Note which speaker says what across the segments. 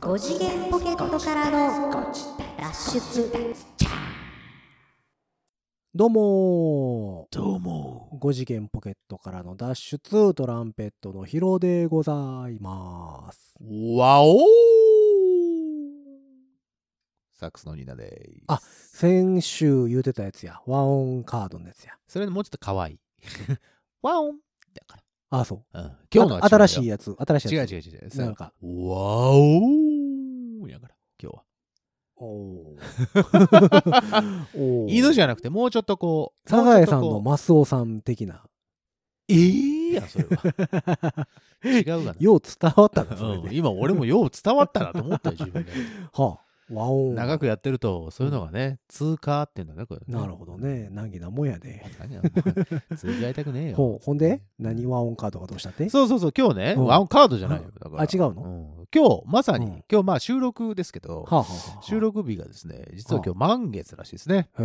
Speaker 1: 5次元ポケットからの脱出
Speaker 2: どうもー
Speaker 3: どうも。
Speaker 2: 5次元ポケットからの脱出トランペットのヒロでございます
Speaker 3: わおーサックスのニーナでー
Speaker 2: あ
Speaker 3: す。
Speaker 2: 先週言うてたやつや和音カードのやつや
Speaker 3: それもうちょっと可 愛い。ワオンだか
Speaker 2: あそう
Speaker 3: ら。うん、今日のは
Speaker 2: あ新しいやつ新しい
Speaker 3: 違う
Speaker 2: や
Speaker 3: よ
Speaker 2: つ
Speaker 3: 違う違う違う。それ
Speaker 2: なんか
Speaker 3: わおーやから、今日は。
Speaker 2: おー お
Speaker 3: 犬じ
Speaker 2: ゃ
Speaker 3: ゃなくて、もうちょっとこう。
Speaker 2: サザエさんの
Speaker 3: もう
Speaker 2: マスオさん的 な
Speaker 3: ちょっとこうええやん、それは。違うがな。
Speaker 2: よう伝わったなそれ
Speaker 3: うん、
Speaker 2: で、
Speaker 3: 今俺もよう伝わったなと思ったよ 自分で
Speaker 2: はあ和音
Speaker 3: 長くやってるとそういうのがね通過っていうんだねこれ
Speaker 2: なるほどね難儀なもんやで
Speaker 3: 何やお前通じ合いたくねえよ
Speaker 2: ほうほんで何和音カードがどうしたって
Speaker 3: そうそうそう、今日ね、
Speaker 2: うん
Speaker 3: ワンカードじゃないよ。だから
Speaker 2: あ違うの
Speaker 3: ん今日、まさに、
Speaker 2: うん
Speaker 3: 今日、まあ収録ですけど、
Speaker 2: はあはあはあ
Speaker 3: 収録日がですね、実は
Speaker 2: はあ
Speaker 3: 今日満月らしいですね。
Speaker 2: へ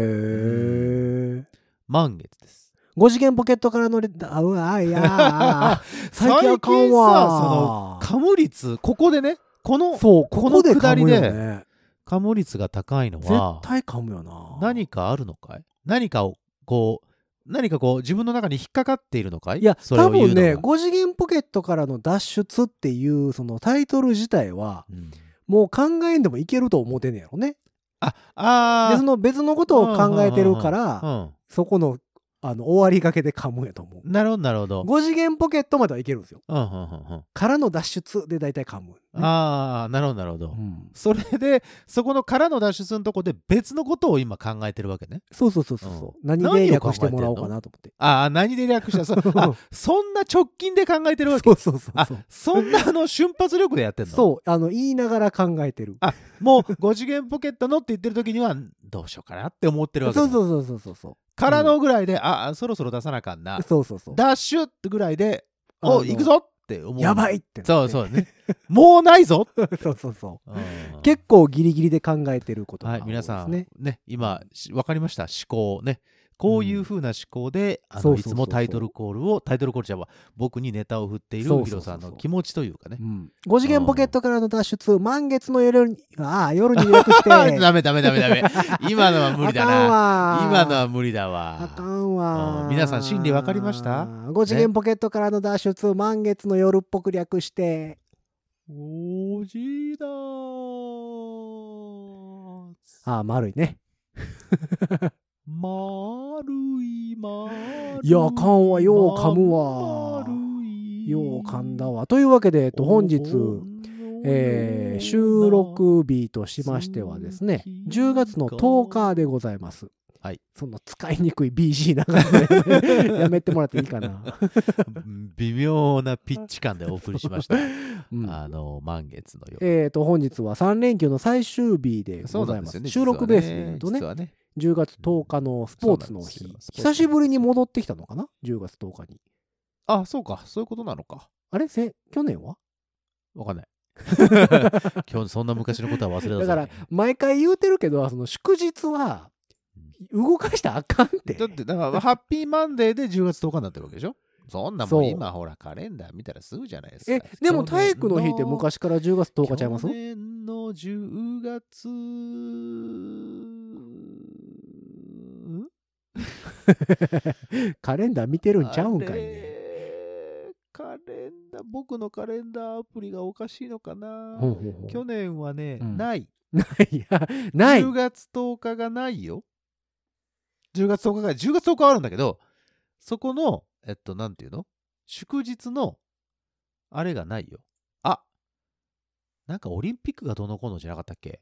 Speaker 2: え
Speaker 3: 満月です。
Speaker 2: 5次元ポケットからのれあうわあいやあ 最近あかんわ
Speaker 3: 最近さその、カム率、ここでね、この、
Speaker 2: そうここで
Speaker 3: この下
Speaker 2: 噛
Speaker 3: り
Speaker 2: む
Speaker 3: で
Speaker 2: よね
Speaker 3: カム率が高いの
Speaker 2: 絶
Speaker 3: は、
Speaker 2: 対噛むよな
Speaker 3: 何かあるのかい何かを、こう、何かこう、自分の中に引っかかっているのかい
Speaker 2: いや
Speaker 3: それ
Speaker 2: 多
Speaker 3: を言う
Speaker 2: 分
Speaker 3: のが
Speaker 2: ね5次元ポケットからの脱出っていうそのタイトル自体は
Speaker 3: うん
Speaker 2: もう考えんでもいけると思ってんねやろね
Speaker 3: あ、あー
Speaker 2: でその別のことを考えてるか
Speaker 3: う
Speaker 2: ら
Speaker 3: ん
Speaker 2: そこのあの終わりがけで噛むんやと思う
Speaker 3: なるほど、なるほど。
Speaker 2: 5次元ポケットまではいけるんですよ
Speaker 3: うん、うん、うんうん。
Speaker 2: からの脱出で大体噛む、ね
Speaker 3: ああ、なるほど、なるほど
Speaker 2: う。ん
Speaker 3: それでそこのからの脱出のとこで別のことを今考えてるわけね。
Speaker 2: そうそうそうそうそう、
Speaker 3: うん
Speaker 2: 何で略してもらおうかなと思って
Speaker 3: ああ何で略したそあそんな直近で考えてるわ
Speaker 2: そう
Speaker 3: け
Speaker 2: そうそう
Speaker 3: あ
Speaker 2: そう
Speaker 3: そんなあの瞬発力でやってんの
Speaker 2: そうあの言いながら考えてる
Speaker 3: あもう5次元ポケットのって言ってる時にはどうしようかなって思ってる
Speaker 2: そう
Speaker 3: わけだ
Speaker 2: そうそうそうそうそう
Speaker 3: からのぐらいで、ああそろそろ出さなあかんな
Speaker 2: そうそうそう
Speaker 3: ダッシュってぐらいで
Speaker 2: あの
Speaker 3: お行くぞって思う
Speaker 2: やば
Speaker 3: い
Speaker 2: いって
Speaker 3: そうそううね もうない ぞ、
Speaker 2: そうそうそう
Speaker 3: うん
Speaker 2: 結構ギリギリで考えてることが
Speaker 3: は
Speaker 2: 多い
Speaker 3: い、
Speaker 2: ですね、
Speaker 3: 皆さんね今し分かりました思考ねこういう風な思考で、あ
Speaker 2: そう
Speaker 3: の
Speaker 2: そうそうそう
Speaker 3: いつもタイトルコールをタイトルコールじゃあ僕にネタを振ってい
Speaker 2: そうそ
Speaker 3: る
Speaker 2: う
Speaker 3: ヒ
Speaker 2: そう
Speaker 3: ロ
Speaker 2: そう
Speaker 3: さんの気持ちというかね
Speaker 2: う。ん、5次元ポケットからの脱出満月の夜にああ夜に予約して
Speaker 3: あダメダメダメ ダメ今のは無理だな
Speaker 2: あかんわ
Speaker 3: 今のは無理だわ
Speaker 2: あかんわ
Speaker 3: うん皆さん心理わかりました
Speaker 2: 5次元ポケットからの脱出、満月の夜っぽく略して
Speaker 3: おじだ
Speaker 2: ああ丸いね
Speaker 3: まるいまる
Speaker 2: いやあかんわよう噛むわよう噛んだわ。というわけで、えっと、本日、えー収録日としましてはですね、10月の10日でございます。
Speaker 3: はい。
Speaker 2: その使いにくい BG 流 れでやめてもらっていいかな。
Speaker 3: 微妙なピッチ感でお送りしました。
Speaker 2: うん
Speaker 3: あの満月の夜。
Speaker 2: えっと、本日は3連休の最終日で
Speaker 3: そ
Speaker 2: ご
Speaker 3: う
Speaker 2: ざ
Speaker 3: ないんで
Speaker 2: ますす。
Speaker 3: よね。
Speaker 2: 収録ベースで言うとね
Speaker 3: 実、はね。
Speaker 2: 10月10日のスポーツの
Speaker 3: そ
Speaker 2: 日
Speaker 3: うなんです。よ
Speaker 2: 久しぶりに戻ってきたのかな ?10 月10日に。
Speaker 3: あ、そうか。そういうことなのか。
Speaker 2: あれせ去年は
Speaker 3: わかんない。 今日そんな昔のことは忘れた
Speaker 2: だから、毎回言うてるけど、その祝日は、動かしたらあかんって。
Speaker 3: だって、だから、ハッピーマンデーで10月10日になってるわけでしょそんなも
Speaker 2: そうん
Speaker 3: 今、ほら、カレンダー見たらすぐじゃないですか。
Speaker 2: え、でも体育の日って昔から10月10日ちゃいます
Speaker 3: 去年の10月。ん
Speaker 2: カレンダー見てるんちゃうんかいね。
Speaker 3: あれ。カレンダー、僕のカレンダーアプリがおかしいのかな。
Speaker 2: ほうほうほう
Speaker 3: 去年はね、
Speaker 2: うん
Speaker 3: ない。
Speaker 2: いや、ない。
Speaker 3: 10月10日がないよ。10月10日が、10月10日はあるんだけど、そこの、えっと、なんていうの祝日の、あれがないよ。あなんかオリンピックがどうのこうのじゃなかったっけ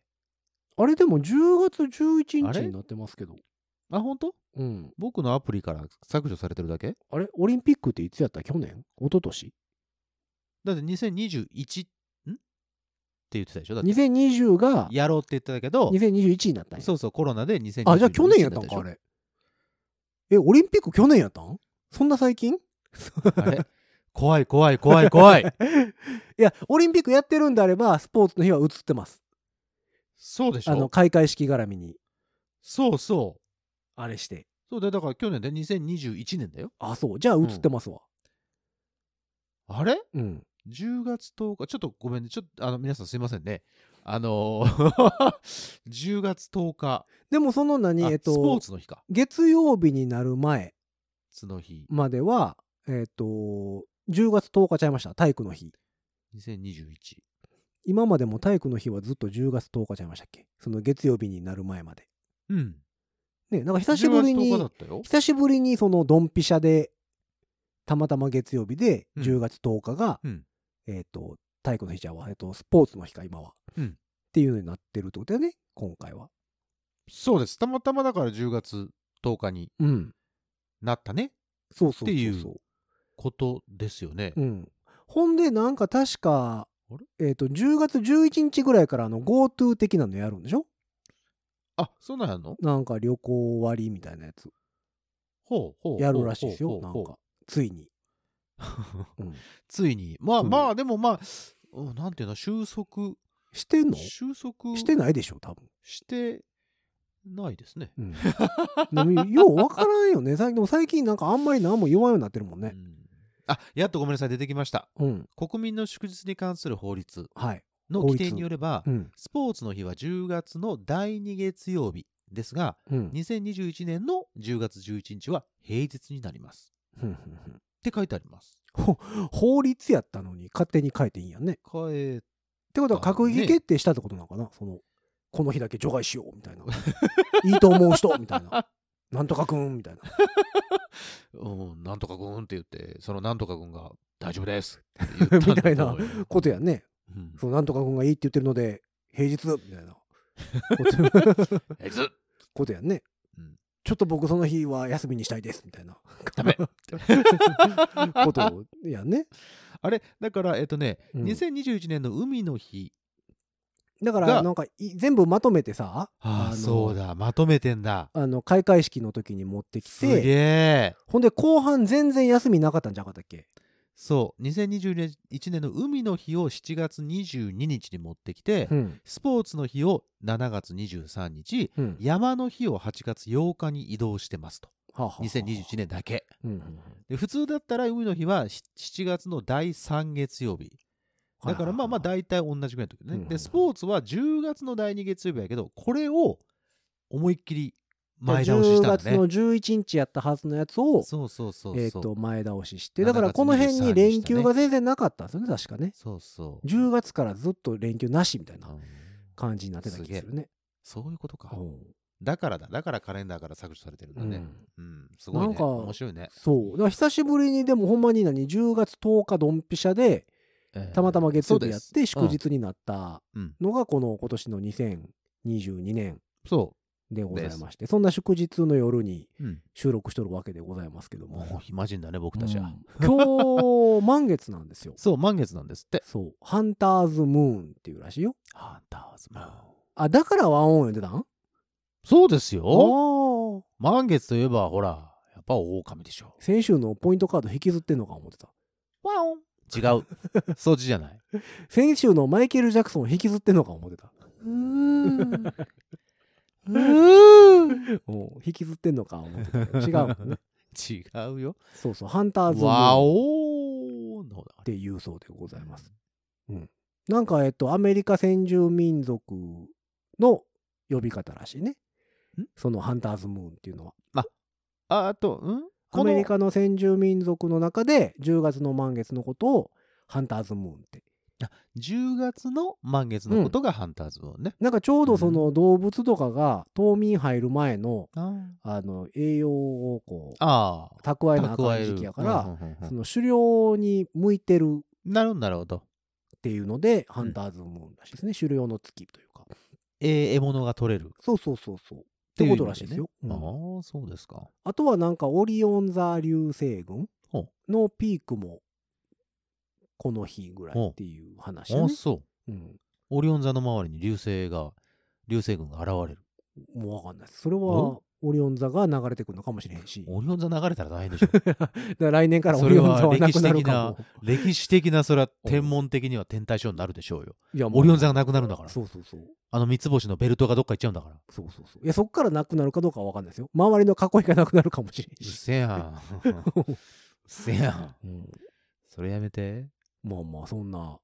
Speaker 2: あれでも10月11
Speaker 3: あ
Speaker 2: 日
Speaker 3: れ
Speaker 2: になってますけど。
Speaker 3: あ、本当？
Speaker 2: うん。
Speaker 3: 僕のアプリから削除されてるだけ
Speaker 2: あれオリンピックっていつやった去年一昨年
Speaker 3: だって2021、んって言ってたでしょだって、
Speaker 2: ?2020 が
Speaker 3: やろうって言ってたけど、
Speaker 2: 2021になったんや。
Speaker 3: そうそう、コロナで2021
Speaker 2: あ、じゃあ去年やったんか、あれ。え、オリンピック去年やったんそんな最近
Speaker 3: あれ怖い怖い怖い怖 い。
Speaker 2: いや、オリンピックやってるんであれば、スポーツの日は映ってます。
Speaker 3: そうでし
Speaker 2: あの、
Speaker 3: ょ
Speaker 2: 開会式絡みに、
Speaker 3: そうそう。
Speaker 2: あれして。
Speaker 3: そうだよだから去年で2021年だよ。
Speaker 2: あ、そう。じゃあ映ってますわ。
Speaker 3: あれ
Speaker 2: うん。
Speaker 3: 10月10日、ちょっとごめんね、ちょっと、あの、皆さんすいませんね。あのー 10月10日、
Speaker 2: でもその何、
Speaker 3: あ
Speaker 2: えっ
Speaker 3: スポー
Speaker 2: と、
Speaker 3: ツの日か。
Speaker 2: 月曜日になる前
Speaker 3: スの日、
Speaker 2: までは、えっと、10月10日ちゃいました。体育の日。
Speaker 3: 2021。
Speaker 2: 今までも体育の日はずっと10月10日ちゃいましたっけその月曜日になる前まで。
Speaker 3: うん。
Speaker 2: ね、なんか久しぶり
Speaker 3: 10月10日だ
Speaker 2: に
Speaker 3: っ、たよ。
Speaker 2: 久しぶりにそのドンピシャで、たまたま月曜日で
Speaker 3: うん
Speaker 2: 10月10日が、
Speaker 3: うん
Speaker 2: えっと、体育の日じゃわ、えっと、スポーツの日か、今は。
Speaker 3: うん
Speaker 2: っていうのになってるってことだよね、今回は。
Speaker 3: そうです。たまたまだから10月10日に
Speaker 2: うん。
Speaker 3: なったね。
Speaker 2: そうそうそうそう。
Speaker 3: っていうことですよね。
Speaker 2: うん、ほんでなんか確か
Speaker 3: あれ、
Speaker 2: えっと10月11日ぐらいからあの GoTo 的なのやるんでしょ
Speaker 3: あ、そうなんやの
Speaker 2: なんか旅行割みたいなやつ
Speaker 3: ほうほう。
Speaker 2: やるらしいです
Speaker 3: ほ
Speaker 2: よ
Speaker 3: う
Speaker 2: な
Speaker 3: ほ
Speaker 2: ん
Speaker 3: う
Speaker 2: かついに、
Speaker 3: ほう
Speaker 2: うん
Speaker 3: ついに。まあ
Speaker 2: そう
Speaker 3: まあ、でもまあ、うんなんていうの、収束、
Speaker 2: してんのし
Speaker 3: 収束
Speaker 2: てないでしょ多分、
Speaker 3: してないですね。
Speaker 2: うん、でもようわからんよね最近でも最近なんかあんまり何も言わんようになってるもん
Speaker 3: う
Speaker 2: ね
Speaker 3: んあ、やっとごめんなさい、出てきました。
Speaker 2: うん、
Speaker 3: 国民の祝日に関する法律
Speaker 2: はい、
Speaker 3: の
Speaker 2: 法律
Speaker 3: 規定によれば
Speaker 2: う、ん
Speaker 3: スポーツの日は10月の第2月曜日ですが、
Speaker 2: うん
Speaker 3: 2021年の10月11日は平日になります。
Speaker 2: ふんふんふん
Speaker 3: って書いてあります。
Speaker 2: 法律やったのに勝手に書いていいんやねっ
Speaker 3: 変え、
Speaker 2: てことは閣議決定したってことなのかな、そのこの日だけ除外しようみたいな いいと思う人みたいななんとかくんみたいな
Speaker 3: うん、なんとかくんって言って、そのなんとかくんが大丈夫ですって言っ た
Speaker 2: みたいな
Speaker 3: と思うよ
Speaker 2: ことやね。
Speaker 3: うん
Speaker 2: そのなんとか君がいいって言ってるので、平日みたいなこと
Speaker 3: えず
Speaker 2: ことやね
Speaker 3: うん。
Speaker 2: ちょっと僕その日は休みにしたいですみたいな
Speaker 3: ダメ
Speaker 2: ことやね。
Speaker 3: あれだから、えっとね、
Speaker 2: うん
Speaker 3: 2021年の海の日。
Speaker 2: だか
Speaker 3: が
Speaker 2: らなんかい全部まとめてさ、
Speaker 3: あ
Speaker 2: の
Speaker 3: あ、そうだ、まとめてんだ。
Speaker 2: あの開会式の時に持ってき
Speaker 3: すげ
Speaker 2: て、
Speaker 3: え。
Speaker 2: ほんで後半全然休みなかったんじゃなかったっけ
Speaker 3: そう、2021年の海の日を7月22日に持ってきて、
Speaker 2: うん。
Speaker 3: スポーツの日を7月23日、
Speaker 2: うん。
Speaker 3: 山の日を8月8日に移動してますと。
Speaker 2: はあはあはあ
Speaker 3: 2021。年だけ。
Speaker 2: うんうんうん
Speaker 3: で普通だったら海の日はし7月の第3月曜日。だからまあまあ大体同じぐらいの時
Speaker 2: うんうんう
Speaker 3: ね。
Speaker 2: ん
Speaker 3: で、スポーツは10月の第2月曜日やけど、これを思いっきり前倒ししたんだ
Speaker 2: 10月の
Speaker 3: ね。
Speaker 2: 11日やったはずのやつを、
Speaker 3: そうそうそうそう。
Speaker 2: えっと、前倒しして、
Speaker 3: 7
Speaker 2: だからこの辺に連休が全然なかったんですよね、確かね。
Speaker 3: そうそう。
Speaker 2: 10月からずっと連休なしみたいな
Speaker 3: うん
Speaker 2: 感じになってた気がするね。
Speaker 3: そういうことか。
Speaker 2: うん
Speaker 3: だからだ。だからカレンダーから削除されてるんだ
Speaker 2: う
Speaker 3: ね
Speaker 2: ん。
Speaker 3: うん。すごい
Speaker 2: な
Speaker 3: ね
Speaker 2: ん。か
Speaker 3: 面白いね。
Speaker 2: そう。だから久しぶりにでもほんまに何、10月10日ドンピシャで、
Speaker 3: えー
Speaker 2: たまたま月曜日やっ
Speaker 3: そうで
Speaker 2: て
Speaker 3: す
Speaker 2: 祝日になった
Speaker 3: うん
Speaker 2: のが、この今年の2022年
Speaker 3: そ
Speaker 2: でございまして、そんな祝日の夜に
Speaker 3: う。うん。
Speaker 2: 収録しとるわけでございますけども。
Speaker 3: もう暇人だね、僕たち
Speaker 2: う
Speaker 3: は
Speaker 2: ん。今日、満月なんですよ。
Speaker 3: そう、満月なんですって。
Speaker 2: そう。ハンターズムーンっていうらしいよ。
Speaker 3: ハンターズムーン。
Speaker 2: あ、だからワンオン呼んでたん
Speaker 3: そうです
Speaker 2: あ
Speaker 3: よ。
Speaker 2: ー
Speaker 3: 満月といえば、ほら、やっぱ狼でしょ。
Speaker 2: 先週のポイントカード引きずってんのか思ってた。
Speaker 3: ワ オン違う。そっちじゃない。
Speaker 2: 先週のマイケル・ジャクソンを引きずってんのか思って
Speaker 1: う
Speaker 2: た。
Speaker 1: ー ん。
Speaker 2: おう引きずってんのか思ってた。違うもんね。
Speaker 3: 違うよ。
Speaker 2: そうそう、ハンターズムー
Speaker 3: ワ
Speaker 2: ンっ
Speaker 3: オーンの方だ
Speaker 2: ていうそうでございます。うん。なんか、えっと、アメリカ先住民族の呼び方らしいね
Speaker 3: ん。
Speaker 2: そのハンターズムーンっていうのは。
Speaker 3: あ、あと、うん
Speaker 2: アメリカの先住民族の中で10月の満月のことをハンターズムーンって。
Speaker 3: 10月の満月のことがハンターズムーンね。
Speaker 2: なんかちょうどその動物とかが冬眠入る前のあの栄養をこう
Speaker 3: ああ。
Speaker 2: 蓄えなあかん時期やから、その狩猟に向いてるっ
Speaker 3: なるほど、なるほど。
Speaker 2: ていうので、ハンターズムーンらしいですね狩猟の月というか
Speaker 3: え獲物が取れる。っ
Speaker 2: そうそうそうそうってて
Speaker 3: いう
Speaker 2: ことらしいですよ、
Speaker 3: ああ
Speaker 2: うん、
Speaker 3: ー、そうですか。
Speaker 2: あとはなんかオリオン座流星群
Speaker 3: ほ
Speaker 2: のピークもこの日ぐらいっていう話や
Speaker 3: あ
Speaker 2: ね、
Speaker 3: そう。
Speaker 2: うん、
Speaker 3: オリオン座の周りに流星が、流星群が現れる。
Speaker 2: もうわかんないですそれはオリオン座が流れてくるのかもしれへんし
Speaker 3: オリオン座流れたら大変 でしょ。
Speaker 2: だから来年からオリオン座はなくなる
Speaker 3: それは
Speaker 2: か
Speaker 3: 歴
Speaker 2: も
Speaker 3: 歴史的な、それは天文的には天体ショーになるでしょうよ。
Speaker 2: いやもう
Speaker 3: オリオン座がなくなるんだから。
Speaker 2: そうそうそう
Speaker 3: あの三つ星のベルトがどっか行っちゃうんだから。
Speaker 2: そうそうそういやそっからなくなるかどうかは分かんないですよ周りの囲いがなくなるかもしれ
Speaker 3: う
Speaker 2: ないし、
Speaker 3: せやん。うせや
Speaker 2: う
Speaker 3: ん。
Speaker 2: ん
Speaker 3: それやめて。
Speaker 2: まあまあそんな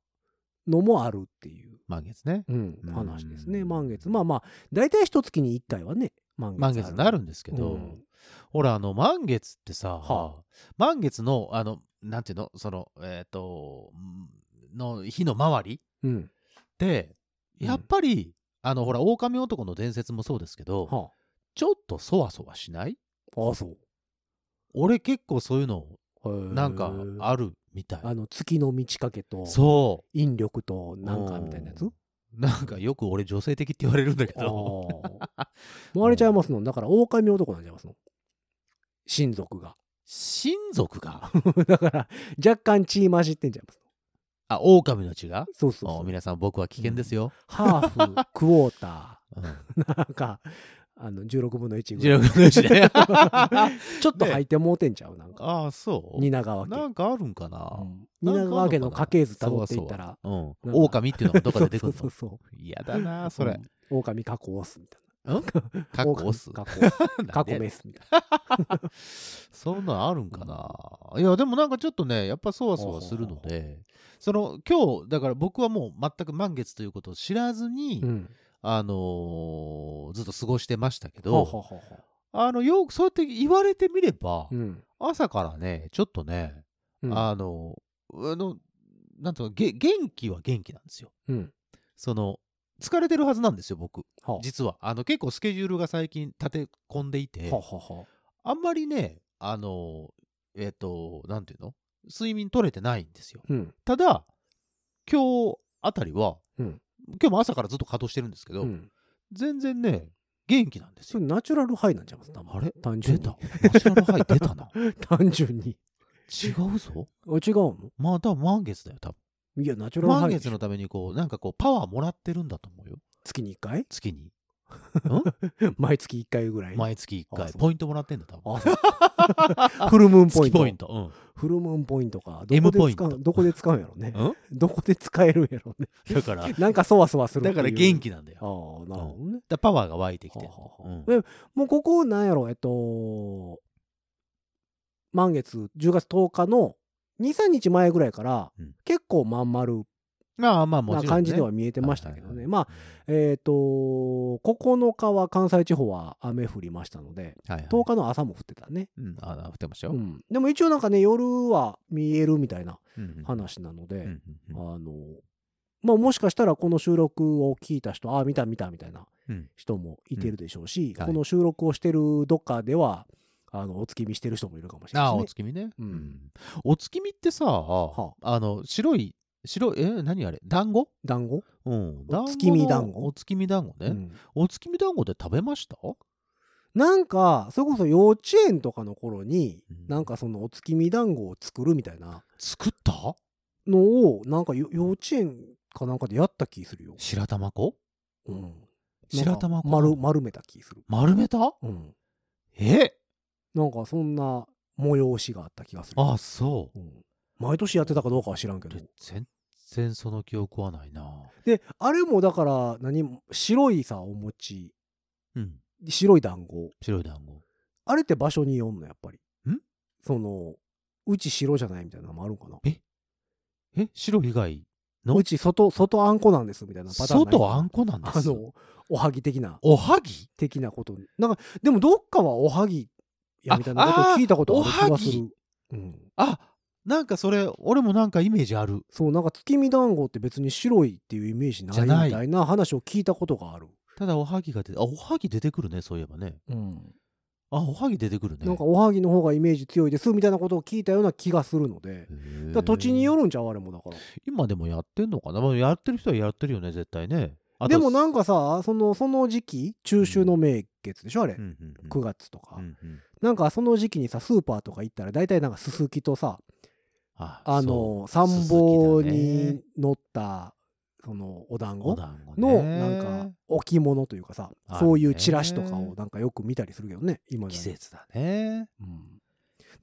Speaker 2: のもあるっていう、
Speaker 3: 満月ね。
Speaker 2: うん
Speaker 3: うん、
Speaker 2: 話ですね満月まあまあ大体一月に1回はね満月あ
Speaker 3: 満月になるんですけど、
Speaker 2: うん
Speaker 3: ほら、あの、満月ってさ、
Speaker 2: は
Speaker 3: 満月の、あの、なんていうの、その、えっ、と、んの日の周り
Speaker 2: うん
Speaker 3: って、
Speaker 2: うん
Speaker 3: やっぱり、あの、ほら、狼男の伝説もそうですけど、
Speaker 2: は
Speaker 3: ちょっとそわそわしない
Speaker 2: ああそ
Speaker 3: 俺結構そういうの、
Speaker 2: う
Speaker 3: なんか
Speaker 2: へえ、
Speaker 3: あるみたい。
Speaker 2: あの月の満ち欠けと
Speaker 3: そ
Speaker 2: 引力となんかみたいなや
Speaker 3: う
Speaker 2: つ
Speaker 3: んう。なんか、よく俺女性的って言われるんだけ
Speaker 2: ああ
Speaker 3: ど、
Speaker 2: もうあれちゃいますのだから狼男なんちゃいますの親族が
Speaker 3: 親族が、
Speaker 2: だから若干血混じってんちゃいます
Speaker 3: あ、狼の血が
Speaker 2: そうそう
Speaker 3: お
Speaker 2: そう
Speaker 3: 皆さん僕は危険ですよ。
Speaker 2: ハーフ クォータ
Speaker 3: うん
Speaker 2: ーなんかあの16分の1ぐらい
Speaker 3: 16分の1ね
Speaker 2: ちょっと入ってもうてんちゃうなんか
Speaker 3: ああ、そう。
Speaker 2: 蜷川家
Speaker 3: なんかあるんかな。
Speaker 2: うん
Speaker 3: なんかあ
Speaker 2: 蜷
Speaker 3: んのかな
Speaker 2: 川家の家系図たどっていったら
Speaker 3: うん。
Speaker 2: なんか
Speaker 3: 狼っていうのがどっかで出てく る
Speaker 2: そう
Speaker 3: の
Speaker 2: そうそう
Speaker 3: 嫌だな、
Speaker 2: そ
Speaker 3: そうれ。
Speaker 2: うん狼加工すみたい
Speaker 3: 過
Speaker 2: な
Speaker 3: 去押す。
Speaker 2: 狼加工
Speaker 3: な
Speaker 2: 加
Speaker 3: んで
Speaker 2: 工メスみたい
Speaker 3: そんなんあるんかな。いや、でもなんかちょっとね、やっぱそわそわするので、その、今日、だから僕はもう全く満月ということを知らずに、
Speaker 2: なうん
Speaker 3: あのーずっと過ごしてましたけ
Speaker 2: はあはあ
Speaker 3: ど、
Speaker 2: はあはあ
Speaker 3: あの、よくそうやって言われてみれば、
Speaker 2: うん
Speaker 3: 朝からね、ちょっとね、
Speaker 2: うん
Speaker 3: あの、あの、なんとか、げ元気は元気なんですよ。
Speaker 2: うん
Speaker 3: その、疲れてるはずなんですよ、僕。
Speaker 2: はあ
Speaker 3: 実は。あの、結構スケジュールが最近立て込んでいて、
Speaker 2: はあはあはあ
Speaker 3: あんまりね、あの、えっ、と、なんていうの睡眠取れてないんですよ。
Speaker 2: うん
Speaker 3: ただ、今日あたりは、
Speaker 2: うん
Speaker 3: 今日も朝からずっと稼働してるんですけど、
Speaker 2: うん
Speaker 3: 全然ね、元気なんです
Speaker 2: そ
Speaker 3: よ。
Speaker 2: れナチュラルハイなんちゃいます多分
Speaker 3: あれ
Speaker 2: 単純
Speaker 3: 出
Speaker 2: に
Speaker 3: た。ナチュラルハイ出たな。
Speaker 2: 単純に
Speaker 3: 違うぞ。
Speaker 2: あ違うの
Speaker 3: まあ、多分満月だよ、多分。
Speaker 2: いやナチュラルハ
Speaker 3: 満
Speaker 2: イでし
Speaker 3: 月
Speaker 2: ょ
Speaker 3: のためにこう、なんかこう、パワーもらってるんだと思うよ。
Speaker 2: 月に1回
Speaker 3: 月に。
Speaker 2: 毎月1回ぐらい
Speaker 3: 毎月1
Speaker 2: あ
Speaker 3: 回。
Speaker 2: そう
Speaker 3: ポイントもらってんだ、多分。
Speaker 2: あそう フルムーンポイ
Speaker 3: 月
Speaker 2: ント
Speaker 3: ポイント。うん。
Speaker 2: フルムーンポイントかど
Speaker 3: M
Speaker 2: こで使う
Speaker 3: ポイント
Speaker 2: どこで使うんやろうね
Speaker 3: うん
Speaker 2: どこで使えるんやろうね
Speaker 3: だから、
Speaker 2: なんかそわそわする
Speaker 3: だから元
Speaker 2: 気
Speaker 3: 気なんだよ。
Speaker 2: あ
Speaker 3: だか
Speaker 2: あなるほどね
Speaker 3: らパワーが湧いてきてる
Speaker 2: はあはあ
Speaker 3: うん
Speaker 2: えもうここなんやろえっと満月10月10日の23日前ぐらいから
Speaker 3: うん
Speaker 2: 結構まん丸
Speaker 3: まあまあ、も
Speaker 2: な
Speaker 3: ちろんね。
Speaker 2: 感じでは見えてましたけどね、
Speaker 3: はいはいはい
Speaker 2: まあえっ、と9日は関西地方は雨降りましたので
Speaker 3: はいはい
Speaker 2: 10日の朝も降ってたね、
Speaker 3: うん、ああ、降ってました
Speaker 2: う
Speaker 3: よ。
Speaker 2: ん、でも一応なんかね夜は見えるみたいな
Speaker 3: うんうん
Speaker 2: 話なので、
Speaker 3: うんうんうん
Speaker 2: あのまあもしかしたらこの収録を聞いた人ああ見た見たみたいな
Speaker 3: うん
Speaker 2: 人もいてるでしょうし、
Speaker 3: はい
Speaker 2: この収録をしてるどっかではあのお月見してる人もいるかもしれ
Speaker 3: あ
Speaker 2: な
Speaker 3: あ、
Speaker 2: い
Speaker 3: お
Speaker 2: ですね。
Speaker 3: 月見ね。
Speaker 2: うん
Speaker 3: うんお月見ってさ、あの、白い、白い、え、何あれ団子
Speaker 2: 団子、
Speaker 3: うん。
Speaker 2: お月見団子
Speaker 3: のお月見団子
Speaker 2: う
Speaker 3: ね。
Speaker 2: ん
Speaker 3: お月見団子って食べました
Speaker 2: なんかそれこそ幼稚園とかの頃に、
Speaker 3: うん
Speaker 2: なんかそのお月見団子を作るみたいな
Speaker 3: 作った
Speaker 2: のをなんかよ幼稚園かなんかでやった気するよ。
Speaker 3: 白玉粉
Speaker 2: うん、なんか
Speaker 3: 白玉粉
Speaker 2: 丸丸めた気する。
Speaker 3: 丸めた
Speaker 2: うん、
Speaker 3: え
Speaker 2: なんかそんな催しがあった気がする。
Speaker 3: ああ、そうう。
Speaker 2: ん毎年やってたかどうかは知らんけど
Speaker 3: で。全然その記憶はないな。
Speaker 2: であれもだから何白いさお餅
Speaker 3: うん。
Speaker 2: 白い団子
Speaker 3: 白い団子。
Speaker 2: あれって場所によんのやっぱり。
Speaker 3: ん
Speaker 2: そのうち白じゃないみたいなのもあるんかな。
Speaker 3: え白以外の
Speaker 2: うち外外あんこなんですみたいなパターンない。
Speaker 3: 外あんこなんで
Speaker 2: あ
Speaker 3: す
Speaker 2: のおはぎ的な
Speaker 3: おはぎ
Speaker 2: 的なことになんかでもどっかはおはぎや
Speaker 3: あ
Speaker 2: みたいなことを聞いたことある気がす
Speaker 3: あーお
Speaker 2: る。うん、
Speaker 3: あなんかそれ俺もなんかイメージある
Speaker 2: そうなんか月見団子って別に白いっていうイメージない
Speaker 3: じゃ
Speaker 2: み
Speaker 3: ない
Speaker 2: たいな話を聞いたことがある。
Speaker 3: ただおはぎが出てあおはぎ出てくるねそういえばね
Speaker 2: うん、
Speaker 3: あおはぎ出てくるね
Speaker 2: なんかおはぎの方がイメージ強いですみたいなことを聞いたような気がするので、
Speaker 3: へー
Speaker 2: だから土地によるんちゃうあれもだから。
Speaker 3: 今でもやってんのかな、まあ、やってる人はやってるよね絶対ねあと
Speaker 2: でもなんかさそのその時期中秋の名月でしょあれ、
Speaker 3: うんうんうん
Speaker 2: 9月とか、
Speaker 3: うんうん
Speaker 2: なんかその時期にさスーパーとか行ったら大体なんかススキとさ
Speaker 3: あ
Speaker 2: あ
Speaker 3: そう
Speaker 2: の参謀
Speaker 3: ススキだね
Speaker 2: に乗ったそのお団
Speaker 3: お
Speaker 2: 子
Speaker 3: 団子
Speaker 2: の
Speaker 3: ね
Speaker 2: なんか置物というかさ
Speaker 3: あるね
Speaker 2: そういうチラシとかをなんかよく見たりするけどね今で
Speaker 3: 季
Speaker 2: は
Speaker 3: 節だね
Speaker 2: うん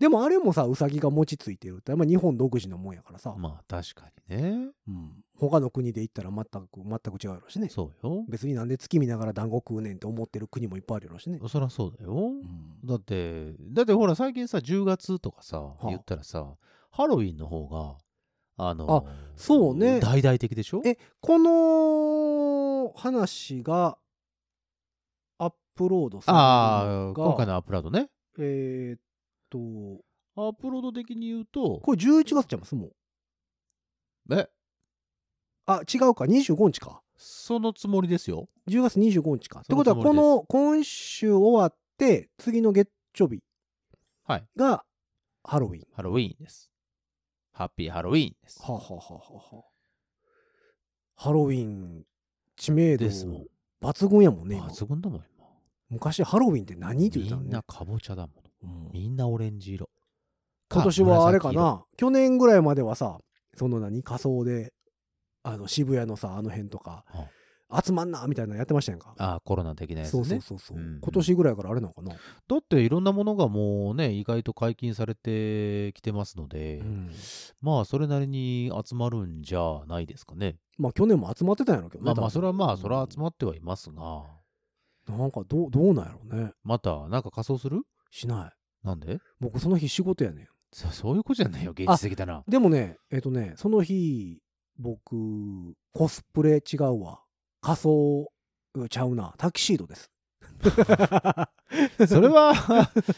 Speaker 2: でもあれもさうさぎが餅ついてるって、まあ、日本独自のもんやからさ、
Speaker 3: まあ確かにね
Speaker 2: うん他の国で行ったら全く全く違うやろしね
Speaker 3: そうよ
Speaker 2: 別になんで月見ながら団子食うねんって思ってる国もいっぱいあるやろしね
Speaker 3: そりゃそうだよ
Speaker 2: うん
Speaker 3: だってだってほら最近さ10月とかさ
Speaker 2: あ
Speaker 3: 言ったらさハロウィンの方があの
Speaker 2: そうね
Speaker 3: 大々的でしょ
Speaker 2: えこの話がアップロードされる
Speaker 3: ああ
Speaker 2: のが
Speaker 3: 今回のアップロードね
Speaker 2: えーっとこ
Speaker 3: アップロード的に言うと
Speaker 2: れ11月ちゃいますもう
Speaker 3: え
Speaker 2: あ違うか25日か
Speaker 3: そのつもりですよ
Speaker 2: 10月25日かって
Speaker 3: そ
Speaker 2: こ
Speaker 3: の
Speaker 2: と
Speaker 3: つ
Speaker 2: は
Speaker 3: もりで
Speaker 2: こ
Speaker 3: す
Speaker 2: の今週終わって次の月曜日
Speaker 3: はい
Speaker 2: がハロウィン
Speaker 3: ハロウィーンですハッピーハロウィーンです
Speaker 2: はあはあはあはあはあハロウィン知名度
Speaker 3: ですもん
Speaker 2: 抜群やもんね今
Speaker 3: 抜群だもん今
Speaker 2: 昔ハロウィンって何って言って
Speaker 3: み
Speaker 2: たの
Speaker 3: ん
Speaker 2: ね
Speaker 3: な、かぼちゃだも
Speaker 2: う
Speaker 3: の
Speaker 2: ん
Speaker 3: みんなオレンジ色
Speaker 2: 今年はあれか
Speaker 3: 紫色
Speaker 2: な去年ぐらいまではさその何仮装であの渋谷のさあの辺とか
Speaker 3: は
Speaker 2: 集まんなみたいなのやってましたやんか、
Speaker 3: ああコロナ的なやつ
Speaker 2: そうそう
Speaker 3: ね
Speaker 2: そうそう、
Speaker 3: うん
Speaker 2: 今年ぐらいからあれなのかな、
Speaker 3: だっていろんなものがもうね意外と解禁されてきてますので、
Speaker 2: うん
Speaker 3: まあそれなりに集まるんじゃないですかね
Speaker 2: まあ去年も集まってたんやろうけどね
Speaker 3: まあまあそ
Speaker 2: 多
Speaker 3: れ
Speaker 2: 分
Speaker 3: はまあそれは集まってはいますが
Speaker 2: なんかどうどうなんやろうね
Speaker 3: またなんか仮装する
Speaker 2: しない
Speaker 3: なんで
Speaker 2: 僕その日仕事やねん
Speaker 3: そそういうことじゃないよ現実的だ な
Speaker 2: でもねえっ、とねその日僕コスプレ違うわ仮装うんちゃうなタキシードです
Speaker 3: それは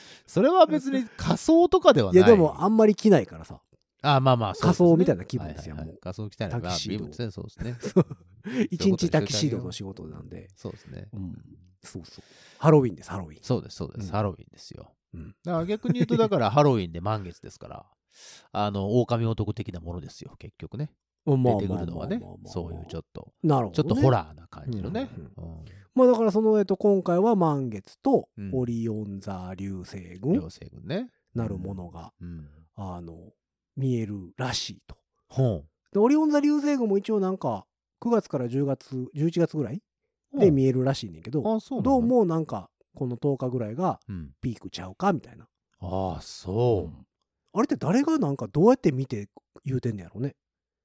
Speaker 3: それは別 に仮装とかではな
Speaker 2: い
Speaker 3: い
Speaker 2: やでもあんまり着ないからさ
Speaker 3: あまあまあ
Speaker 2: 仮装みたいな気分ですよ
Speaker 3: はいはい
Speaker 2: もう
Speaker 3: 仮装みたいな
Speaker 2: タキシード
Speaker 3: まあ気分ですねそうで すね
Speaker 2: 一日タキシードの仕事なんで、
Speaker 3: そうですね
Speaker 2: うん、そうそうハロウィンですハロウィン
Speaker 3: そうですそうです、
Speaker 2: うん
Speaker 3: ハロウィンですよ、
Speaker 2: うん
Speaker 3: だから逆に言うとだからハロウィンで満月ですからあの狼男的なものですよ結局ね
Speaker 2: ま
Speaker 3: 出
Speaker 2: あ
Speaker 3: てくるのはね
Speaker 2: まあまあまあ
Speaker 3: そういうちょっと
Speaker 2: なるほ
Speaker 3: ちょ
Speaker 2: ど
Speaker 3: っ
Speaker 2: ね
Speaker 3: とホラーな感じのね、うん
Speaker 2: まあだからその、えっと、今回は満月と
Speaker 3: うん
Speaker 2: オリオン座流星群
Speaker 3: 両星群ね、
Speaker 2: なるものが、
Speaker 3: うん、
Speaker 2: あの見えるらしいと。
Speaker 3: ほ
Speaker 2: でオリオン座流星群も一応なんか9月から10月11月ぐらいうで見えるらしいねんけど、
Speaker 3: あそうなの
Speaker 2: どう、もなんかこの10日ぐらいが
Speaker 3: うん、
Speaker 2: ピークちゃうかみたいな。
Speaker 3: ああそう、
Speaker 2: あれって誰がなんかどうやって見て言うてんねやろね。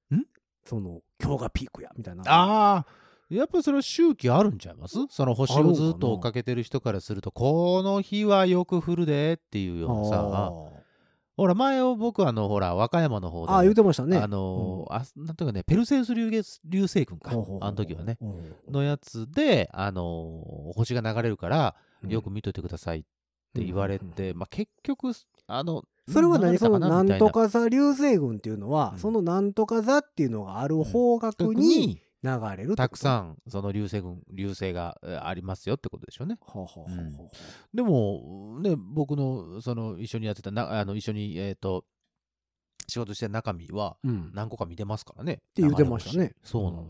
Speaker 3: ん
Speaker 2: その今日がピークやみたいな。
Speaker 3: ああやっぱそれは周期あるんちゃいますその星をずっと追っかけてる人からするとこの日はよく降るでっていうようなさほら前を僕あのほら和歌山の
Speaker 2: あ
Speaker 3: 方で
Speaker 2: ーあー言うてましたね。
Speaker 3: あのーあなんというかねペルセウス流月流星群か
Speaker 2: ほうほうほう
Speaker 3: あの時はね
Speaker 2: うん
Speaker 3: のやつで、あのー星が流れるからよく見といてくださいって言われて、まあ、結局あの
Speaker 2: それは
Speaker 3: 流
Speaker 2: 何
Speaker 3: れた
Speaker 2: その
Speaker 3: かな
Speaker 2: なん
Speaker 3: みたい
Speaker 2: とか座流星群っていうのは、
Speaker 3: うん
Speaker 2: そのなんとか座っていうのがある方角
Speaker 3: 特
Speaker 2: に
Speaker 3: に
Speaker 2: 流れる
Speaker 3: たくさ
Speaker 2: ん。
Speaker 3: んその流星群流星がえーありますよってことでしょうね
Speaker 2: ほうほうほうほう
Speaker 3: でもね僕のその一緒にやってたなあの一緒にえっ、と仕事してる中身は
Speaker 2: うん
Speaker 3: 何個か見てますからね。って
Speaker 2: 言ってましたね
Speaker 3: そうなのよ。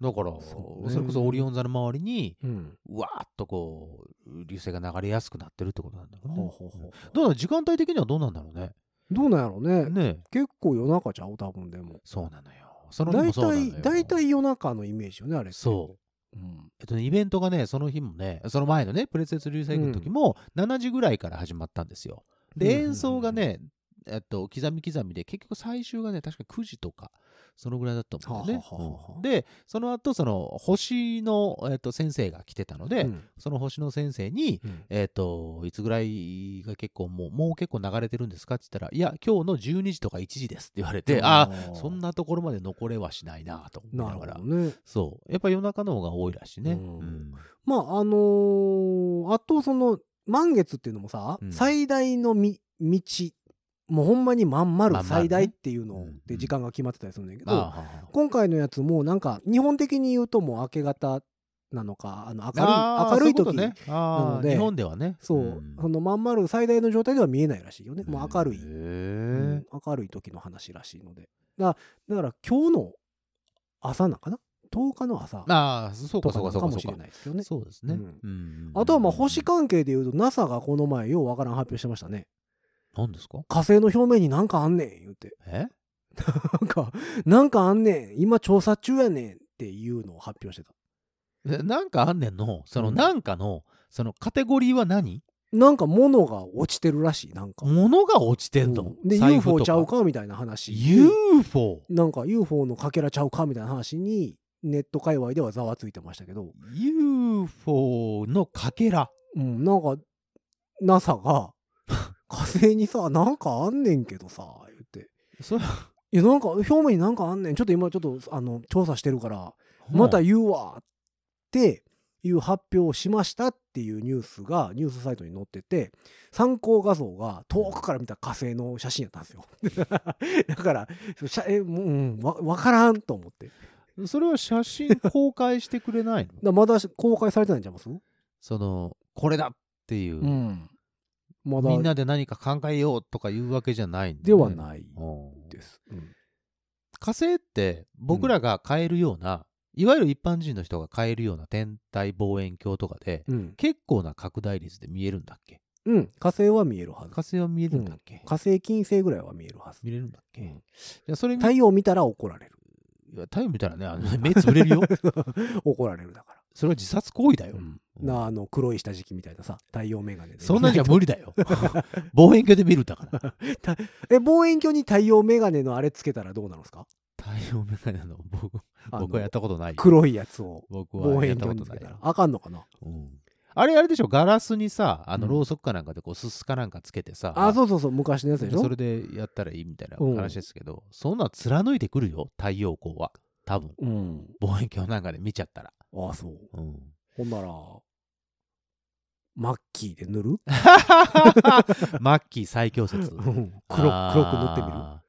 Speaker 3: だから
Speaker 2: そ
Speaker 3: そ,、
Speaker 2: うね
Speaker 3: れこそオリオン座の周りに
Speaker 2: うん
Speaker 3: うわーっとこう流星が流れやすくなってるってことなんだろ
Speaker 2: ほ
Speaker 3: う
Speaker 2: う
Speaker 3: ね。
Speaker 2: ほうほう
Speaker 3: どうなの時間帯的にはどうなんだろうね。
Speaker 2: どうなんやろうね
Speaker 3: ねえ
Speaker 2: 結構夜中ちゃう多分でも
Speaker 3: そうなのよ。その日
Speaker 2: 大
Speaker 3: もそうなの
Speaker 2: 体
Speaker 3: よ。
Speaker 2: 大体夜中のイメージよねあれって
Speaker 3: そう。
Speaker 2: うん
Speaker 3: えっとね、イベントがね、その日もね、その前のね、プレセス流星群の時も、7時ぐらいから始まったんですよ。
Speaker 2: うん
Speaker 3: で、
Speaker 2: うんうんうん
Speaker 3: 演奏がね、えっと、刻み刻みで、結局最終がね、確か9時とか、そのぐらいだったもんだよね。
Speaker 2: はあはあはあはあ
Speaker 3: うんで、その後、その、星の、えっと、先生が来てたので、
Speaker 2: うん
Speaker 3: その星の先生に、
Speaker 2: うん
Speaker 3: えっと、いつぐらいが結構もう、もう結構流れてるんですかって言ったら、いや、今日の12時とか1時ですって言われて、ああ、そんなところまで残れはしないなと思い
Speaker 2: な
Speaker 3: な
Speaker 2: る
Speaker 3: が
Speaker 2: ほ
Speaker 3: ら
Speaker 2: ど。ね
Speaker 3: そう。やっぱ夜中の方が多いらしいね。
Speaker 2: うん
Speaker 3: うん
Speaker 2: まああのーあとその満月っていうのもさ
Speaker 3: うん
Speaker 2: 最大のみ道もうほんまにまん丸
Speaker 3: まん丸ね
Speaker 2: 最大っていうの
Speaker 3: うん
Speaker 2: で時間が決まってたりするんだけ
Speaker 3: まあは
Speaker 2: ど
Speaker 3: あはあ
Speaker 2: 今回のやつもなんか日本的に言うともう明け方なのかあの明る
Speaker 3: あー
Speaker 2: い明るい
Speaker 3: そううこ
Speaker 2: 時
Speaker 3: とね、
Speaker 2: な
Speaker 3: あ
Speaker 2: の
Speaker 3: ー
Speaker 2: で
Speaker 3: 日本ではね。
Speaker 2: そう、
Speaker 3: ん
Speaker 2: そのまん丸最大の状態では見えないらしいよね。もう明るい、
Speaker 3: へ
Speaker 2: うん明るい時の話らしいので。だだから今日の朝なんかな ?10 日の朝
Speaker 3: ー、ああ、そう
Speaker 2: と
Speaker 3: か
Speaker 2: か
Speaker 3: そ
Speaker 2: なん
Speaker 3: うかそ
Speaker 2: か
Speaker 3: うか
Speaker 2: も
Speaker 3: そう
Speaker 2: しれ
Speaker 3: か。
Speaker 2: ないですよね。
Speaker 3: そうですね。
Speaker 2: うん
Speaker 3: うん
Speaker 2: あとはまあ星。関係で言うと NASA がこの前ようわからん発表してましたね。
Speaker 3: 何ですか
Speaker 2: 火星の表面になんかあんねん言うて。
Speaker 3: え
Speaker 2: なんか、なんかあんねん今調査中やねんっていうのを発表してた。
Speaker 3: えなんかあんねんの、その
Speaker 2: うん
Speaker 3: なんかの、そのカテゴリーは何
Speaker 2: なんか物が落ちてるらしい、なんか。
Speaker 3: 物が落ちてんの
Speaker 2: うんで、
Speaker 3: 財布
Speaker 2: UFO
Speaker 3: と
Speaker 2: ちゃうかみたいな話。
Speaker 3: ?UFO?
Speaker 2: なんか UFO のかけらちゃうかみたいな話にネット界隈ではざわついてましたけど、
Speaker 3: UFO のかけら。
Speaker 2: うん、なんか NASA が火星にさなんかあんねんけどさ言って
Speaker 3: それ
Speaker 2: いやなんか表面になんかあんねんちょっと今ちょっとあの調査してるからまた
Speaker 3: うん
Speaker 2: 言うわっていう発表をしましたっていうニュースがニュースサイトに載ってて参考画像が遠くから見た火星の写真やったんですよ だからしゃえもう、うん、わ分からんと思ってだか
Speaker 3: それは写真公開してくれないの
Speaker 2: らまだ公開されてないんちゃいます
Speaker 3: そのこれだっていう、
Speaker 2: うんまだ
Speaker 3: みんなで何か考えようとかいうわけじゃないんだね
Speaker 2: ではない
Speaker 3: うん
Speaker 2: です、
Speaker 3: 火星って僕らが買えるような、いわゆる一般人の人が買えるような天体望遠鏡とかで
Speaker 2: うん
Speaker 3: 結構な拡大率で見えるんだっけ
Speaker 2: うん、火星は見えるはず
Speaker 3: 火星は見えるんだっけ、
Speaker 2: 火星金星ぐらいは見えるはず
Speaker 3: 見れるんだっけ、いやそれ見
Speaker 2: 太陽見たら怒られる
Speaker 3: いや太陽見たらねあの 目つぶれるよ
Speaker 2: 怒られるだから
Speaker 3: それは自殺行為だよ、うん
Speaker 2: なあの黒い下敷きみたいなさ太陽眼鏡で
Speaker 3: そんなんじゃ無理だよ望遠鏡で見るんだから
Speaker 2: え望遠鏡に太陽眼鏡のあれつけたらどうなるんですか
Speaker 3: 太陽眼鏡の僕
Speaker 2: あの
Speaker 3: 僕はやったことないよ
Speaker 2: 黒いやつを
Speaker 3: 僕
Speaker 2: 望
Speaker 3: はやっ
Speaker 2: 遠
Speaker 3: た
Speaker 2: 鏡
Speaker 3: こ
Speaker 2: に
Speaker 3: と
Speaker 2: つ
Speaker 3: な
Speaker 2: けた
Speaker 3: い
Speaker 2: ら
Speaker 3: よ、
Speaker 2: あかんのかな
Speaker 3: うんあれあれでしょガラスにさあの
Speaker 2: うん
Speaker 3: ろうそくかなんかでこうすすかなんかつけてさ、
Speaker 2: あそうそうそう昔のやつでしょ
Speaker 3: それでやったらいいみたいな
Speaker 2: うん
Speaker 3: 話ですけど、そんなん貫いてくるよ太陽光は多分
Speaker 2: うん
Speaker 3: 望遠鏡なんかで見ちゃったら、
Speaker 2: ああそう
Speaker 3: うん、
Speaker 2: ほんならマッキーで塗る
Speaker 3: マッキー最強説
Speaker 2: うん 黒黒く塗ってみる
Speaker 3: あ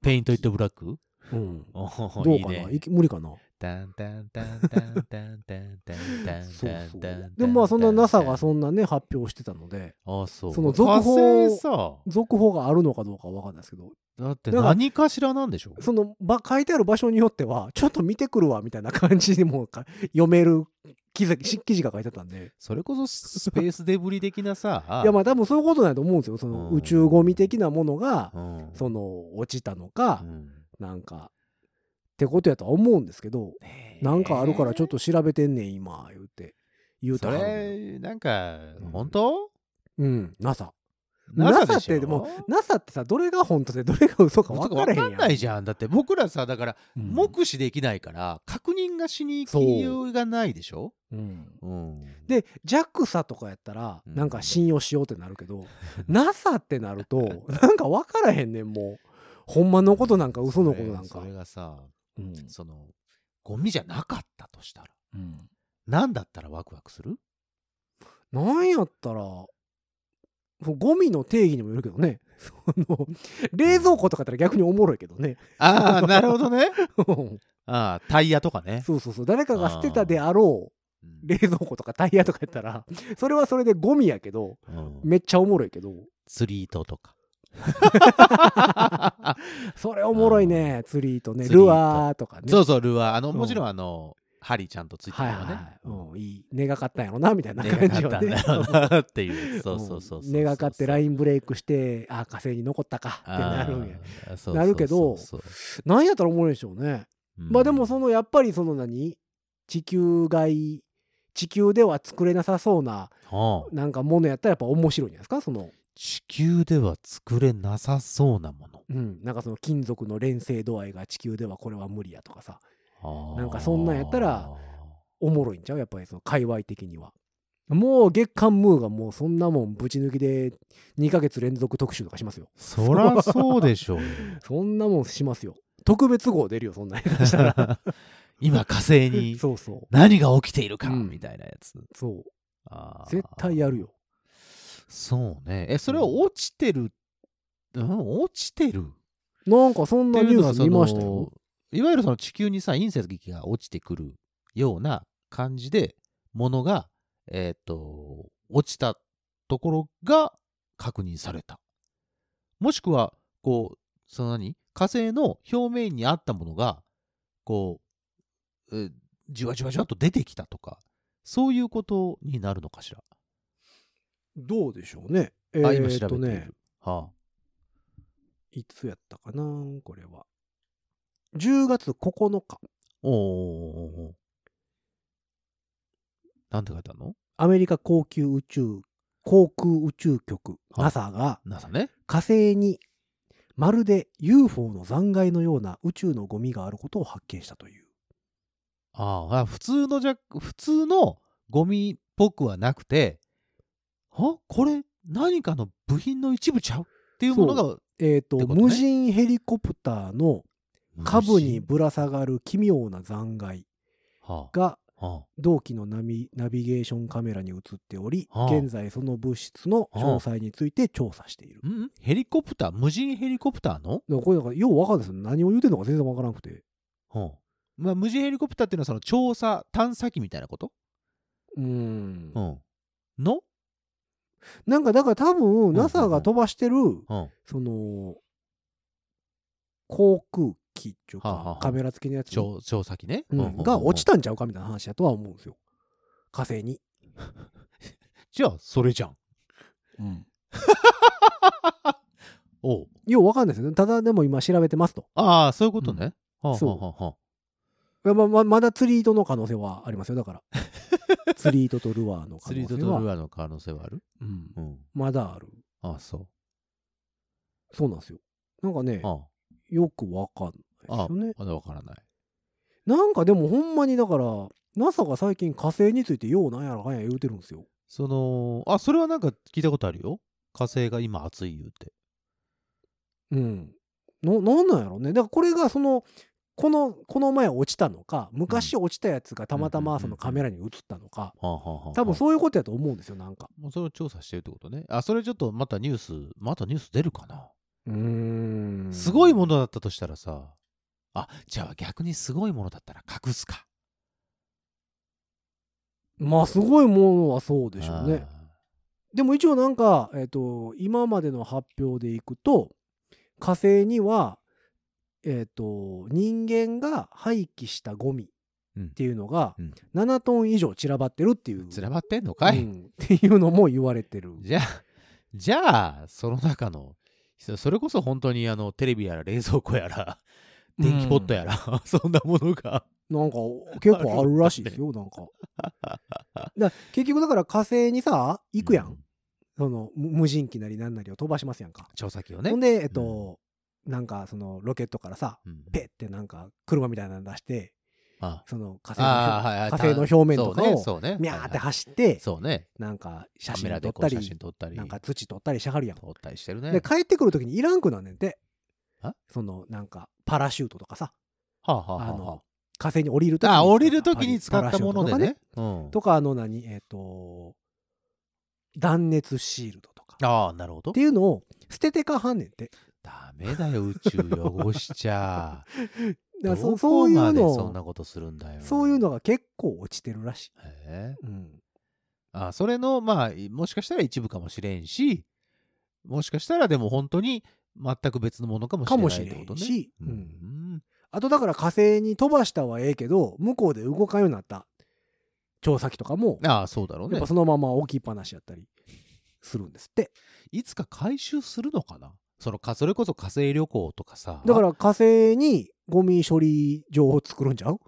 Speaker 3: ーペイントイットブラック
Speaker 2: うん
Speaker 3: おー
Speaker 2: どう
Speaker 3: いい
Speaker 2: かない
Speaker 3: ね
Speaker 2: き無理かな
Speaker 3: タンタンタンタンタンタンタンタン
Speaker 2: そう
Speaker 3: タン
Speaker 2: そう
Speaker 3: タン
Speaker 2: でもまあそんな NASA が
Speaker 3: う
Speaker 2: そんなね発表してたので
Speaker 3: あそう
Speaker 2: その続報
Speaker 3: 火星さ
Speaker 2: 続報があるのかどうかは分かんないですけど
Speaker 3: だって
Speaker 2: だから
Speaker 3: 何かしらなんでしょ
Speaker 2: そのば書いてある場所によってはちょっと見てくるわみたいな感じでもうか読める記事記事が書いてあったんで
Speaker 3: それこそスペースデブリ的なさ
Speaker 2: いやまあ多分そういうことだと思うんですよその
Speaker 3: うん
Speaker 2: 宇宙ゴミ的なものが
Speaker 3: うん
Speaker 2: その落ちたのか
Speaker 3: うん
Speaker 2: なんかってことやとは思うんですけどなんかあるからちょっと調べてんねん今言うて言うた
Speaker 3: そ
Speaker 2: ら
Speaker 3: れなんか
Speaker 2: うん
Speaker 3: 本当
Speaker 2: うん NASA
Speaker 3: NASA
Speaker 2: NASA
Speaker 3: で
Speaker 2: っ
Speaker 3: しょ
Speaker 2: てでも NASA ってさどれが本当でどれが嘘か分
Speaker 3: 分
Speaker 2: からへんや
Speaker 3: かんないじゃんだって僕らさだから
Speaker 2: うん
Speaker 3: 目視できないから確認がしに行
Speaker 2: そう
Speaker 3: きようがないでしょ
Speaker 2: うん
Speaker 3: うん
Speaker 2: で JAXA とかやったら
Speaker 3: うん
Speaker 2: なんか信用しようってなるけど、NASA ってなるとなんか分からへんねんもうほんまのことなんか嘘のことなん
Speaker 3: そ
Speaker 2: か
Speaker 3: れそれがさ
Speaker 2: うん
Speaker 3: そのゴミじゃなかったとしたら
Speaker 2: うん
Speaker 3: 何だったらワクワクする
Speaker 2: なんやったらそうゴミの定義にもよるけどね その冷蔵庫とかやったら逆におもろいけどね
Speaker 3: ああなるほどね
Speaker 2: うん
Speaker 3: ああタイヤとかね
Speaker 2: そうそうそう誰かが捨てたであろう
Speaker 3: うん
Speaker 2: 冷蔵庫とかタイヤとかやったらそれはそれでゴミやけど
Speaker 3: うん
Speaker 2: めっちゃおもろいけど
Speaker 3: 釣り糸とか
Speaker 2: それおもろいね釣りとね
Speaker 3: 釣り糸
Speaker 2: ルアーと かね
Speaker 3: そうそうルアーあの
Speaker 2: うん
Speaker 3: もちろんあの針ちゃんとついてる
Speaker 2: はい
Speaker 3: よ
Speaker 2: はい
Speaker 3: ね
Speaker 2: はい、うん、いい根がかったんやろなみたいな
Speaker 3: 根
Speaker 2: 感じ
Speaker 3: が
Speaker 2: を
Speaker 3: かった ん
Speaker 2: ね
Speaker 3: だろうなっていうそうそうそうそう
Speaker 2: 根がかってラ
Speaker 3: ン
Speaker 2: インブレイクしてあー火星に残ったかってなるんやな
Speaker 3: な
Speaker 2: るけどなんやったら思うんでしょうね、まあでもそのやっぱりその何地球外地球では作れなさそうな
Speaker 3: の
Speaker 2: なんかものやったらやっぱ面白いんじゃないですかその
Speaker 3: 地球では作れなさそうなも
Speaker 2: うんなんかその金属の連成度合いが地球ではこれは無理やとかさ
Speaker 3: の
Speaker 2: なんかそんなんやったらおもろいんちゃうやっぱりその界隈的にはもう月刊ムーがもうそんなもんぶち抜きで2ヶ月連続特集とかしますよ
Speaker 3: そらそうでしょうよ
Speaker 2: そんなもんしますよ。特別号出るよ、そんなやつしたら。
Speaker 3: 今火星 に
Speaker 2: そうそ
Speaker 3: 何が起きているか
Speaker 2: うん
Speaker 3: みたいなやつ
Speaker 2: う。そう。
Speaker 3: あー
Speaker 2: 絶対やるよ。
Speaker 3: そうねえそれは落ちてるうん落ちてる
Speaker 2: なんかそんなニュース見ました
Speaker 3: っていうのは
Speaker 2: よ。
Speaker 3: そのいわゆるその地球にさ隕石が落ちてくるような感じでものが、えー、と落ちたところが確認されたもしくはこうその何火星の表面にあったものがこうえじわじわじわっと出てきたとかそういうことになるのかしら、
Speaker 2: どうでしょうね。え
Speaker 3: あ今
Speaker 2: ー、
Speaker 3: 調
Speaker 2: と
Speaker 3: べている、
Speaker 2: ね、
Speaker 3: はあ、
Speaker 2: いつやったかな、これは。10月9日、
Speaker 3: おーおーおーおーなんて書いてあるの
Speaker 2: アメリカ高級宇宙、航空宇宙局、
Speaker 3: はい
Speaker 2: NASA が
Speaker 3: NASA ね
Speaker 2: 火星にまるで UFO の残骸のような宇宙のゴミがあることを発見したという。
Speaker 3: あああ普通のじゃ普通のゴミっぽくはなくてあこれ何かの部品の一部ちゃうってっていうものが、
Speaker 2: えーと
Speaker 3: ってことね
Speaker 2: 無人ヘリコプターの下部にぶら下がる奇妙な残骸
Speaker 3: は
Speaker 2: が
Speaker 3: あは
Speaker 2: 同期のナビナビゲーションカメラに映っており、
Speaker 3: はあ
Speaker 2: 現在その物質の詳細について調査している
Speaker 3: あ、。んヘリコプター無人ヘリコプターの、
Speaker 2: だからこれなんかようわかんないですよ。何を言うてんのか全然わからなくて。
Speaker 3: はあまあ、無人ヘリコプターっていうのはその調査探査機みたいなこと、
Speaker 2: うーん
Speaker 3: う。ん、の、
Speaker 2: なんかだから多
Speaker 3: んう
Speaker 2: 分
Speaker 3: ん
Speaker 2: NASA が飛ばしてる
Speaker 3: うんは
Speaker 2: その航空機っていう
Speaker 3: はあは
Speaker 2: か
Speaker 3: あ
Speaker 2: カメラ付きのやつ
Speaker 3: 調調査機ね、
Speaker 2: う
Speaker 3: うんうん
Speaker 2: ん
Speaker 3: うん
Speaker 2: が落ちたんちゃうかみたいな話だとは思うんですよ。火星に。
Speaker 3: じゃあそれじゃんおう
Speaker 2: ようわかんないですよね。ただでも今調べてますと。
Speaker 3: ああそういうことね、はあ
Speaker 2: そう
Speaker 3: はあはあ
Speaker 2: いやまままだ釣り糸の可能性はありますよだ から釣り糸とルアーの可
Speaker 3: 釣り
Speaker 2: 能
Speaker 3: 糸
Speaker 2: 性
Speaker 3: とル
Speaker 2: は、
Speaker 3: アーの可能性はある、
Speaker 2: うん、
Speaker 3: うん、
Speaker 2: まだある
Speaker 3: ああそう
Speaker 2: そうなんですよなんかね
Speaker 3: ああ
Speaker 2: よくわかんないですよね
Speaker 3: まだわからない
Speaker 2: なんかでもほんまにだから NASA が最近火星についてようなんやらかんや言うてるんですよ
Speaker 3: そのあそれはなんか聞いたことあるよ火星が今暑い言うて
Speaker 2: うんななんなんやろうねだからこれがそのこのこの前落ちたのか昔落ちたやつがたまたまそのカメラに映ったのか
Speaker 3: はあはあはあはあ
Speaker 2: 多分そういうことやと思うんですよなんか
Speaker 3: もうそれを調査してるってことねあそれちょっとまたニュースまたニュース出るかな、
Speaker 2: うーん
Speaker 3: すごいものだったとしたらさあじゃあ逆にすごいものだったら隠すか
Speaker 2: まあすごいものはそうでしょうね
Speaker 3: あ
Speaker 2: でも一応なんか、えっと今までの発表でいくと火星には、えっと人間が廃棄したゴミっていうのが
Speaker 3: うん
Speaker 2: 7トン以上散らばってるっていう、
Speaker 3: ー散らばってんのかい、
Speaker 2: うんっていうのも言われて る。
Speaker 3: じゃあじゃあその中のそそれこそ本当にあのテレビやら冷蔵庫やら電気ポットやら、 そんなものが
Speaker 2: なんか結構あるらしいです よなんか。だ結局だから火星にさ行くやん、
Speaker 3: う
Speaker 2: その無無人機なりなんなりを飛ばしますやんか。
Speaker 3: 調査機をね
Speaker 2: ほんでえっと、なんかそのロケットからさ
Speaker 3: うん
Speaker 2: ペってなんか車みたいなの出して
Speaker 3: あ
Speaker 2: その火星
Speaker 3: あー
Speaker 2: の
Speaker 3: はいはい
Speaker 2: 火星の表面とかを
Speaker 3: そうねそうね
Speaker 2: ミャーって
Speaker 3: はいは
Speaker 2: 走って
Speaker 3: いそうね
Speaker 2: なんか写
Speaker 3: カメ
Speaker 2: 真
Speaker 3: ラ
Speaker 2: 撮っ
Speaker 3: でこ
Speaker 2: た
Speaker 3: う写真
Speaker 2: り
Speaker 3: 撮ったり
Speaker 2: なんか土撮ったりしはるやん
Speaker 3: 撮ったりしてるね
Speaker 2: で帰ってくる時にいらんくなんねんて
Speaker 3: あ
Speaker 2: そのなんかパラシュートとかさ
Speaker 3: はあはあは
Speaker 2: あ
Speaker 3: あはあ
Speaker 2: の火星に降りる時に
Speaker 3: あ、降りるときに使っ
Speaker 2: パラ
Speaker 3: た
Speaker 2: シュ
Speaker 3: も
Speaker 2: ート
Speaker 3: の
Speaker 2: と
Speaker 3: で
Speaker 2: か
Speaker 3: ね。うん
Speaker 2: とかあの何えっと断熱シールドとかっ
Speaker 3: ああ、なるほど
Speaker 2: て。いうのを捨ててかはんねんて
Speaker 3: ダメだよ、宇宙汚しち ゃ。
Speaker 2: だから
Speaker 3: ど
Speaker 2: そ
Speaker 3: こ
Speaker 2: そうい
Speaker 3: ま
Speaker 2: う
Speaker 3: で
Speaker 2: の
Speaker 3: そんな
Speaker 2: を
Speaker 3: ことするんだよ。
Speaker 2: そういうのが結構落ちてるらしい。
Speaker 3: へえ。
Speaker 2: うん
Speaker 3: あそれの、まあ、いもしかしたら一部かもしれんし、もしかしたらでも本当に全く別のものかもしれ
Speaker 2: か
Speaker 3: ない
Speaker 2: も
Speaker 3: っ
Speaker 2: してれ
Speaker 3: こと
Speaker 2: ん
Speaker 3: ね。
Speaker 2: し、
Speaker 3: う
Speaker 2: うん
Speaker 3: ん。
Speaker 2: あとだから火星に飛ばしたはええけど向こうで動かんようになった調査機とかも
Speaker 3: ああ、そうだろう
Speaker 2: やっ
Speaker 3: ね
Speaker 2: ぱ。そのまま置きっぱなしやったりするんですって
Speaker 3: いつか回収するのかなそのか、それこそ火星旅行とかさ。
Speaker 2: だから火星にゴミ処理場を作るんちゃ う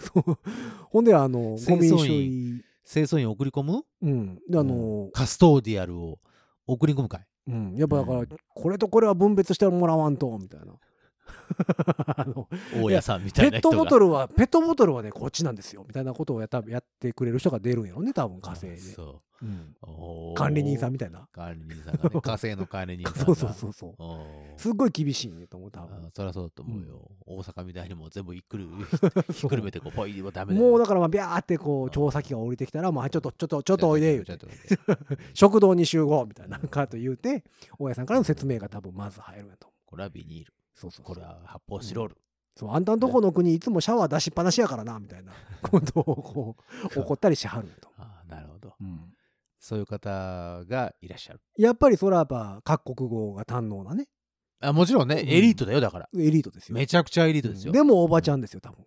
Speaker 2: そうほんであのゴ
Speaker 3: 清掃
Speaker 2: ミ
Speaker 3: 員
Speaker 2: 処理
Speaker 3: 清掃員送り込む
Speaker 2: うんであの、
Speaker 3: カストーディアルを送り込むかい
Speaker 2: うんやっぱだから
Speaker 3: うん
Speaker 2: これとこれは分別してもらわんとみ たいなあの
Speaker 3: 大家さんみた
Speaker 2: ペ
Speaker 3: いな
Speaker 2: ッ
Speaker 3: 人
Speaker 2: ト
Speaker 3: が。
Speaker 2: ボトルはペットボトルはねこっちなんですよみたいなことをやったやってくれる人が出るんやろね多分火星で、
Speaker 3: そう。
Speaker 2: うん
Speaker 3: おー
Speaker 2: 管理人さんみたいな
Speaker 3: 管理人さん がね火星の管理人さんが
Speaker 2: そうそうそうそう
Speaker 3: おー
Speaker 2: すっごい厳しいんやと思う多
Speaker 3: あ
Speaker 2: 分
Speaker 3: そりゃそうだと思うよ、大阪みたいにもう全部ひっくる ひ
Speaker 2: そ
Speaker 3: っ
Speaker 2: う
Speaker 3: くるめてこうポイはダメだよ
Speaker 2: もうだからまあビャーってこう調査機が降りてきたら「まあ、ちょっとちょっとちょっとおいで」言う
Speaker 3: ちょってとおいで
Speaker 2: 「食堂に集合」みたいななんかと言うて大家さんからの説明が多分まず入るんやと思う
Speaker 3: これはビニール
Speaker 2: そうそう
Speaker 3: こ
Speaker 2: そ
Speaker 3: れ
Speaker 2: う
Speaker 3: は発泡スチロール、
Speaker 2: そうあんたんとこの国いつもシャワー出しっぱなしやからなみたいなことをこう怒ったりしはるんやと思
Speaker 3: ああなるほど
Speaker 2: う、
Speaker 3: そういう方がいらっしゃる
Speaker 2: やっぱりそれはやっぱ各国語が堪能なね
Speaker 3: あもちろんね
Speaker 2: うん
Speaker 3: エリートだよだから、
Speaker 2: エリートですよ
Speaker 3: めちゃくちゃエリートですよ、
Speaker 2: でもおばちゃんですよ多分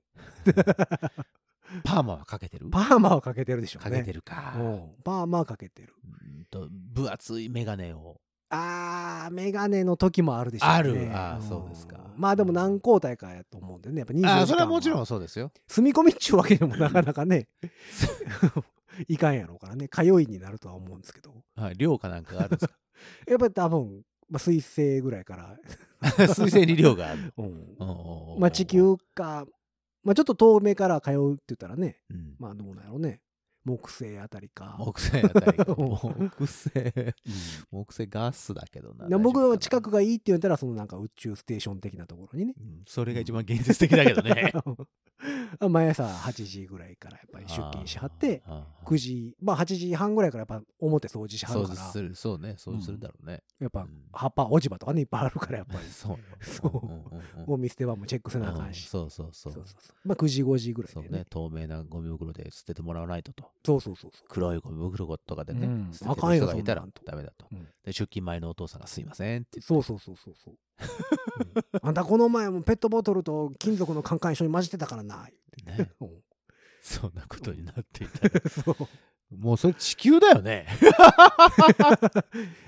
Speaker 3: パーマはかけてる
Speaker 2: パーマはかけてるでしょう
Speaker 3: か
Speaker 2: ね
Speaker 3: けてるか、
Speaker 2: うんパーマはかけてる
Speaker 3: うんと分厚い眼鏡を
Speaker 2: あー、メガネの時もあるでしょうね。
Speaker 3: あるあーそうですか
Speaker 2: まあでも何交代かやと思うんでね、やっぱ24時間
Speaker 3: ああそれはもちろん。そうですよ
Speaker 2: 住み込みっちゅうわけでもなかなかね、いかんやろうからね、通いになるとは思うんですけど、
Speaker 3: はい量かなんかがあるんですか
Speaker 2: やっぱり多分、まあ、水星ぐらいから、
Speaker 3: 水星に量がある、
Speaker 2: うん
Speaker 3: うんうんうん
Speaker 2: まあ地球か、まあちょっと遠目から通うって言ったらね、
Speaker 3: うん
Speaker 2: まあどうなんやろうね。木星あたりか。
Speaker 3: 木星あたりが
Speaker 2: うん
Speaker 3: 木星木星ガスだけどな
Speaker 2: な僕の近く
Speaker 3: が、
Speaker 2: がいいって言ったら、そのなんか宇宙ステーション的なところにね。
Speaker 3: うんそれが一番現実的だけど ね
Speaker 2: 毎朝8時ぐらいからやっぱり出勤しはって、
Speaker 3: あーあー
Speaker 2: 9時、まあ8時半ぐらいからやっぱ表掃除しは
Speaker 3: 掃
Speaker 2: るか
Speaker 3: 除
Speaker 2: ら
Speaker 3: す、るそうね掃除するだろうね、
Speaker 2: やっ
Speaker 3: う
Speaker 2: ぱ
Speaker 3: ん。
Speaker 2: 葉っぱ落ち葉とかね、いっぱいあるからやっぱり
Speaker 3: そうよ
Speaker 2: そう
Speaker 3: うんうんうん
Speaker 2: ゴミ捨て場もチェックせなあか
Speaker 3: うん
Speaker 2: んし。
Speaker 3: そうそうそう
Speaker 2: そうそうそうまあ9時5時ぐらい
Speaker 3: そう
Speaker 2: でね。
Speaker 3: ね透明なゴミ袋で捨ててもらわないとと
Speaker 2: そうそうそうそう。
Speaker 3: 黒いゴミ袋とかでね、
Speaker 2: うん
Speaker 3: 捨てて
Speaker 2: あかん
Speaker 3: る
Speaker 2: よ
Speaker 3: 人がいたら
Speaker 2: そんなんと
Speaker 3: ダメだと、
Speaker 2: うん
Speaker 3: で出勤前のお父さんがすいませんって言って
Speaker 2: そうそうそうそうそう。うんあんたこの前もペットボトルと金属のカンカン一緒に混じってたからな。
Speaker 3: ね
Speaker 2: うん
Speaker 3: そんなことになっていた ら
Speaker 2: そう
Speaker 3: もうそれ地球だよ ね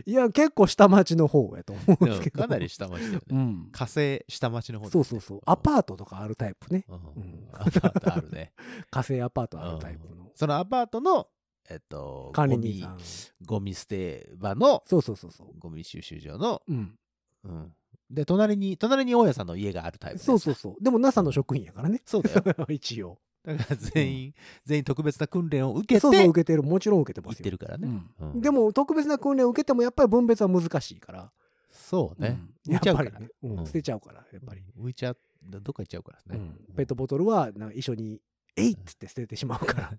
Speaker 2: いや結構下町の方やと思うん
Speaker 3: で
Speaker 2: で
Speaker 3: も
Speaker 2: すけど。
Speaker 3: かなり下町だよね、
Speaker 2: うん。
Speaker 3: 火星下町の方
Speaker 2: そうそうそう。アパートとかあるタイプね。
Speaker 3: うん
Speaker 2: うん
Speaker 3: アパートある ね
Speaker 2: 火星アパートあるタイプの
Speaker 3: そのアパートのえっと
Speaker 2: 管理人さん。
Speaker 3: ゴミゴミ捨て場の
Speaker 2: そうそうそうそう。
Speaker 3: ゴミ収集場の、
Speaker 2: うん。
Speaker 3: うん、で隣に隣に大家さんの家があるタイプのやつ
Speaker 2: そうそうそう。でも NASA の職員やからね。
Speaker 3: そ うだよ
Speaker 2: 一応。
Speaker 3: だから全員、全員特別な訓練を受けて
Speaker 2: そうそう受けてる。もちろん受けて
Speaker 3: 行
Speaker 2: ま
Speaker 3: っ
Speaker 2: すよ
Speaker 3: て。るからね、
Speaker 2: うん
Speaker 3: うん
Speaker 2: でも特別な訓練を受けてもやっぱり分別は難しいから、
Speaker 3: そうね、
Speaker 2: うん
Speaker 3: 浮
Speaker 2: や
Speaker 3: いちゃ
Speaker 2: っ
Speaker 3: う
Speaker 2: ぱ
Speaker 3: か
Speaker 2: り
Speaker 3: ら
Speaker 2: ね
Speaker 3: ね、
Speaker 2: うん
Speaker 3: うん
Speaker 2: 捨てちゃうからやっぱり、
Speaker 3: 浮いちゃうどっか行っちゃうから
Speaker 2: う
Speaker 3: ね、
Speaker 2: んペットボトルはなんか一緒に「えい!」っつって捨ててしまう から、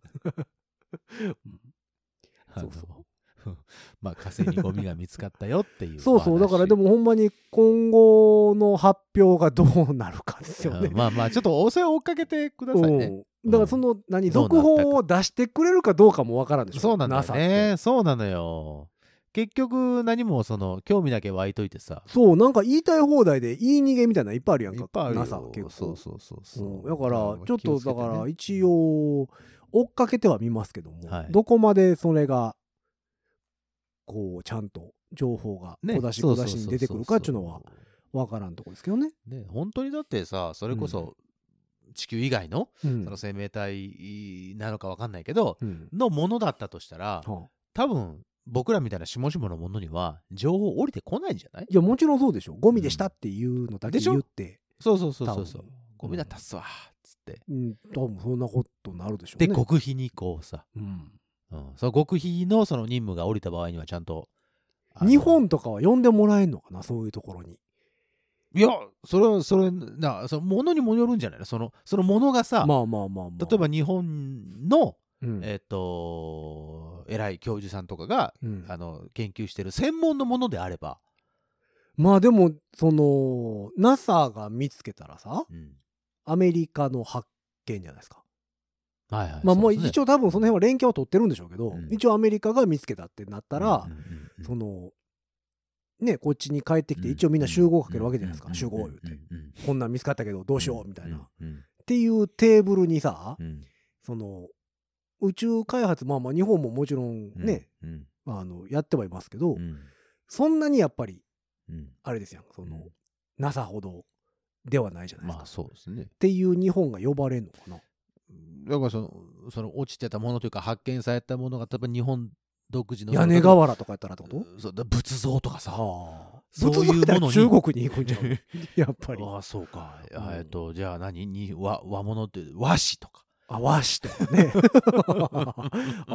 Speaker 3: あの
Speaker 2: そうそ
Speaker 3: まあ火星にゴミが見つかったよってい う
Speaker 2: そうそうだからで
Speaker 3: も
Speaker 2: もほんまに今後の発表がどうなるかですよね、
Speaker 3: まあまあちょっと応戦を追っかけてくださいね、
Speaker 2: うんだからその何、
Speaker 3: どうなった
Speaker 2: 続
Speaker 3: か
Speaker 2: 報を出してくれるかどうかもわからんでしょ
Speaker 3: そうなんだよ
Speaker 2: NASA って
Speaker 3: ねそうなのよ結局何もその興味だけ湧いといてさ
Speaker 2: そうなんか言いたい放題で言い逃げみたいなのいっぱいあるやん
Speaker 3: い
Speaker 2: か
Speaker 3: っぱいあるよ
Speaker 2: NASA 結構
Speaker 3: そうそうそうそう、
Speaker 2: うんだからちょっ
Speaker 3: 気を
Speaker 2: と
Speaker 3: つけ
Speaker 2: だ
Speaker 3: てね
Speaker 2: から一応追っかけてはみますけども、
Speaker 3: はい
Speaker 2: どこまでそれがこうちゃんと情報が
Speaker 3: ね
Speaker 2: 小出し小出しに出てくるかっていうのは
Speaker 3: そうそうそう
Speaker 2: 分からんとこですけどね。
Speaker 3: そうね本当にだってさそれこそ地球以外の
Speaker 2: うん
Speaker 3: その生命体なのかわかんないけど、
Speaker 2: うん
Speaker 3: のものだったとしたら、
Speaker 2: はあ
Speaker 3: 多分僕らみたいな下々のものには情報降りてこないんじゃない
Speaker 2: いやもちろんそうでしょゴミでしたっていうのだけ
Speaker 3: でしょ
Speaker 2: 言って、
Speaker 3: そうそうそう
Speaker 2: 多
Speaker 3: そ
Speaker 2: 分
Speaker 3: うそう。ゴミだったっすわ、つって。
Speaker 2: うん、多分そんなことになるでしょう
Speaker 3: で、
Speaker 2: ね。
Speaker 3: 極秘にこうさ、
Speaker 2: うん
Speaker 3: うん、その極秘のその任務が降りた場合にはちゃんと。あの
Speaker 2: 日本とかは呼んでもらえんのかなそういうところに。
Speaker 3: いや、それは、それ、な、そのものにもよるんじゃないのその、そのものがさ、
Speaker 2: まあまあまあまあ。
Speaker 3: 例えば、日本の、
Speaker 2: うん
Speaker 3: えっ、と、偉い教授さんとかが、
Speaker 2: うん
Speaker 3: あの、研究してる専門のものであれば、
Speaker 2: まあでもその NASA が見つけたらさ
Speaker 3: うん
Speaker 2: アメリカの発見じゃないですか。
Speaker 3: はいはい。
Speaker 2: まあもう
Speaker 3: そうですね
Speaker 2: 一応多分その辺は連携を取ってるんでしょうけど、
Speaker 3: うん
Speaker 2: 一応アメリカが見つけたってなったら、
Speaker 3: うんうんうんうん
Speaker 2: そのねこっちに帰ってきて
Speaker 3: うん
Speaker 2: 一応みんな集合かけるわけじゃないですか、
Speaker 3: うん
Speaker 2: 集合言う
Speaker 3: うん
Speaker 2: て、
Speaker 3: うんうん
Speaker 2: こんなん見つかったけどどうしようみたいな、っ
Speaker 3: うんうん
Speaker 2: ていうテーブルにさ、
Speaker 3: うん
Speaker 2: その宇宙開発まあまあ日本ももちろん
Speaker 3: うん
Speaker 2: ね、
Speaker 3: うん
Speaker 2: あのやってはいますけど、
Speaker 3: うん
Speaker 2: そんなにやっぱり
Speaker 3: うん
Speaker 2: あれですやんその、
Speaker 3: うん
Speaker 2: NASA ほどではないじゃないですか、
Speaker 3: まあ
Speaker 2: っ
Speaker 3: そうですね
Speaker 2: ていう日本が呼ばれんのかな
Speaker 3: だからそのその落ちてたものというか発見されたものが例えば日本独自の
Speaker 2: 屋根瓦とかやったらってこと
Speaker 3: そうだ仏像とかさ
Speaker 2: ああ
Speaker 3: そうい
Speaker 2: 仏像
Speaker 3: う
Speaker 2: だったら
Speaker 3: ものに
Speaker 2: 中国に行くんじゃ んやっぱり
Speaker 3: ああそうか、あ
Speaker 2: うん
Speaker 3: えっとじゃあ何に和和物って和紙とか
Speaker 2: あ和紙とか ねあ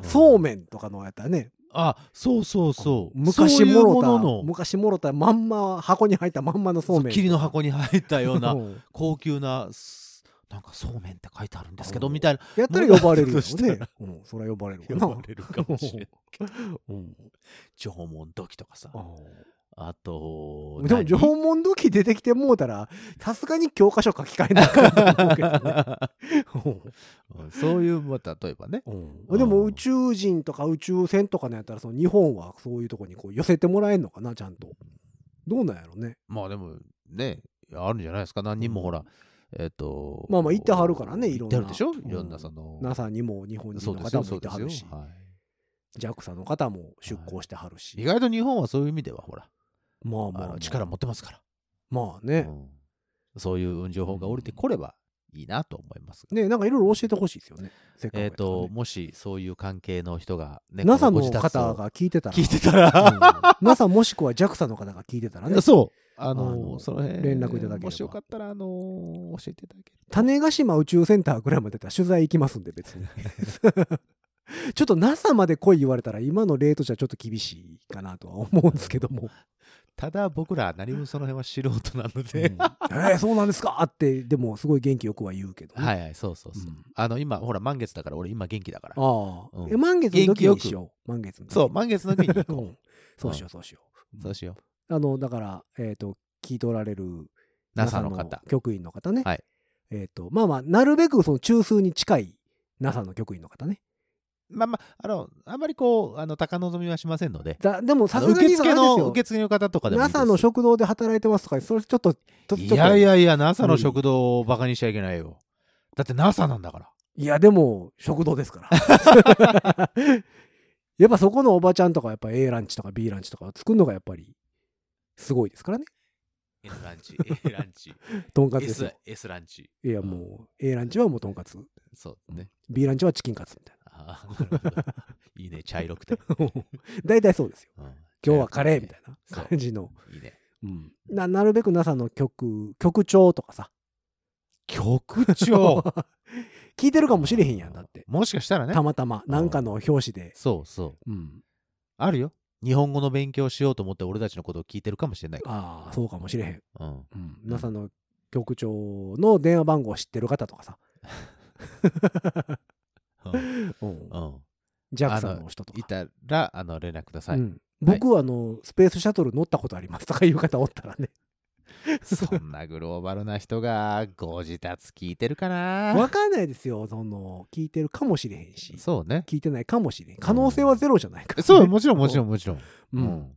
Speaker 2: あ
Speaker 3: ん
Speaker 2: そうめんとかのやったらね
Speaker 3: あそうそうそう
Speaker 2: 昔
Speaker 3: そういう
Speaker 2: もろ
Speaker 3: も
Speaker 2: た
Speaker 3: のの
Speaker 2: 昔もろたまんま箱に入ったまんまのそうめん
Speaker 3: 霧の箱に入ったよ うな
Speaker 2: ん
Speaker 3: 高級なすなんかそうめんって書いてあるんですけ
Speaker 2: う
Speaker 3: ど
Speaker 2: ん
Speaker 3: みたいな
Speaker 2: やったら呼ばれるよ
Speaker 3: ものだとした
Speaker 2: ね
Speaker 3: ら、
Speaker 2: うん、それは呼ばれるわな
Speaker 3: 呼ばれるか もしれない
Speaker 2: うん
Speaker 3: 縄文土器とかさ
Speaker 2: あ
Speaker 3: あと
Speaker 2: あでも縄
Speaker 3: 何
Speaker 2: 文土器出てきてもうたらさすがに教科書書き換えなあかんと思うけどねうん
Speaker 3: うんそう いう、まあ、例えばね。
Speaker 2: でも宇宙人とか宇宙船とかのやったらその日本はそういうとこにこう寄せてもらえんのかなちゃんとどうなんやろね
Speaker 3: まあでも、ね、あるんじゃないですか。何人もほら、えっ、と。
Speaker 2: まあまあ行ってはるからねいろんな
Speaker 3: 行ってはるでし
Speaker 2: う
Speaker 3: ょ
Speaker 2: ん
Speaker 3: いろんなその。
Speaker 2: NASA にも日本人
Speaker 3: そう
Speaker 2: の
Speaker 3: ですよ、
Speaker 2: 方
Speaker 3: そ
Speaker 2: も
Speaker 3: う
Speaker 2: いて
Speaker 3: で
Speaker 2: は
Speaker 3: すよ
Speaker 2: るし、
Speaker 3: は
Speaker 2: JAXA の方も出向してはるし、
Speaker 3: い。意外と日本はそういう意味では、ほら、
Speaker 2: まあ
Speaker 3: あ
Speaker 2: まあ,、まあ、
Speaker 3: の力持ってますか
Speaker 2: まあ
Speaker 3: ら、
Speaker 2: ね、
Speaker 3: うんそういう情報が降りてこればいいなと思いますが。
Speaker 2: ねなんかいろいろ教えてほしいですよねせっかく
Speaker 3: え
Speaker 2: や
Speaker 3: っ、
Speaker 2: からね
Speaker 3: と、もしそういう関係の人が、ね
Speaker 2: NASA の
Speaker 3: こご自宅
Speaker 2: 方
Speaker 3: を
Speaker 2: が聞いてたら
Speaker 3: 聞いてたら、
Speaker 2: うん NASA もしくは JAXA の方が聞いてたらね
Speaker 3: そう、あの
Speaker 2: あの
Speaker 3: その辺
Speaker 2: 連絡いただければ
Speaker 3: もしよかったら、あの教えていただけると
Speaker 2: 種子島宇宙センターぐらいまでだったら取材行きますんで別に ちょっと NASA まで来い言われたら今のレートじゃちょっと厳しいかなとは思うんですけども、
Speaker 3: ただ僕ら何もその辺は素人なの
Speaker 2: うん
Speaker 3: で、
Speaker 2: えーそうなんですかってでもすごい元気よくは言うけどね、
Speaker 3: はいはいそうそうそう、
Speaker 2: うん
Speaker 3: あの今ほら満月だから俺今元気だから
Speaker 2: ああ、
Speaker 3: うん
Speaker 2: え満月の
Speaker 3: 元
Speaker 2: 時
Speaker 3: 気よ
Speaker 2: に
Speaker 3: く
Speaker 2: しよう満月の時に
Speaker 3: そう満月の時に行こう、
Speaker 2: うんそうしようそうしよ
Speaker 3: そうしよ
Speaker 2: うあのだからえっ、と聞いておられる
Speaker 3: う NASA の方
Speaker 2: 局員の方ね、
Speaker 3: はい
Speaker 2: えっ、とまあまあなるべくその中枢に近い NASA の局員の方ね
Speaker 3: まあまああのあんまりこうあの高望みはしませんので
Speaker 2: だでもさ
Speaker 3: あ
Speaker 2: す
Speaker 3: の
Speaker 2: がに
Speaker 3: 受付
Speaker 2: あれです
Speaker 3: の
Speaker 2: よ
Speaker 3: 受付の方とかでもいいです
Speaker 2: NASA の食堂で働いてますとかそれちょっとちょっと
Speaker 3: いやいやいや NASA の食堂をバカにしちゃいけないよだって NASA なんだ から
Speaker 2: いやでも食堂ですから やっぱそこのおばちゃんとかやっぱ A ランチとか B ランチとかを作るのがやっぱりすごいですからね
Speaker 3: N ランチ A ラン チ
Speaker 2: とんかつですよ
Speaker 3: S ランチ
Speaker 2: いやもう A ランチはもうとんかつ
Speaker 3: そうね
Speaker 2: B ランチはチキンカツみたい
Speaker 3: ああなるほどいいね茶色く て、
Speaker 2: な大体そうですよ
Speaker 3: うん
Speaker 2: 今日はカレーみたい
Speaker 3: そ
Speaker 2: な
Speaker 3: う
Speaker 2: 感じの、
Speaker 3: いいね
Speaker 2: うんななるべく NASA の局局長とかさ
Speaker 3: 局長
Speaker 2: 聞いてるかもしれへんやんだって
Speaker 3: もしかしたらね
Speaker 2: たまたまなんかの表紙で、
Speaker 3: そうそう
Speaker 2: うん、
Speaker 3: あるよ。日本語の勉強しようと思って俺たちのことを聞いてるかもしれないか
Speaker 2: ああそうかもしれへん
Speaker 3: ら。うん。
Speaker 2: うん、NASA の局長の電話番号を知ってる方とかさ、
Speaker 3: うん。
Speaker 2: うん
Speaker 3: う、ん
Speaker 2: JAXA の人と
Speaker 3: い
Speaker 2: か、
Speaker 3: たら、あの、連絡ください。
Speaker 2: うん、僕はあのスペースシャトル乗ったことありますとかいう方おったら ね
Speaker 3: そんなグローバルな人がご自宅聞いてるか
Speaker 2: わ
Speaker 3: な
Speaker 2: かんないですよその聞いてるかもしれへんし
Speaker 3: そうね。
Speaker 2: 聞いてないかもしれん可能性はゼロじゃないから、ね、
Speaker 3: そう、もちろん、もちろん、もちろん。
Speaker 2: うん、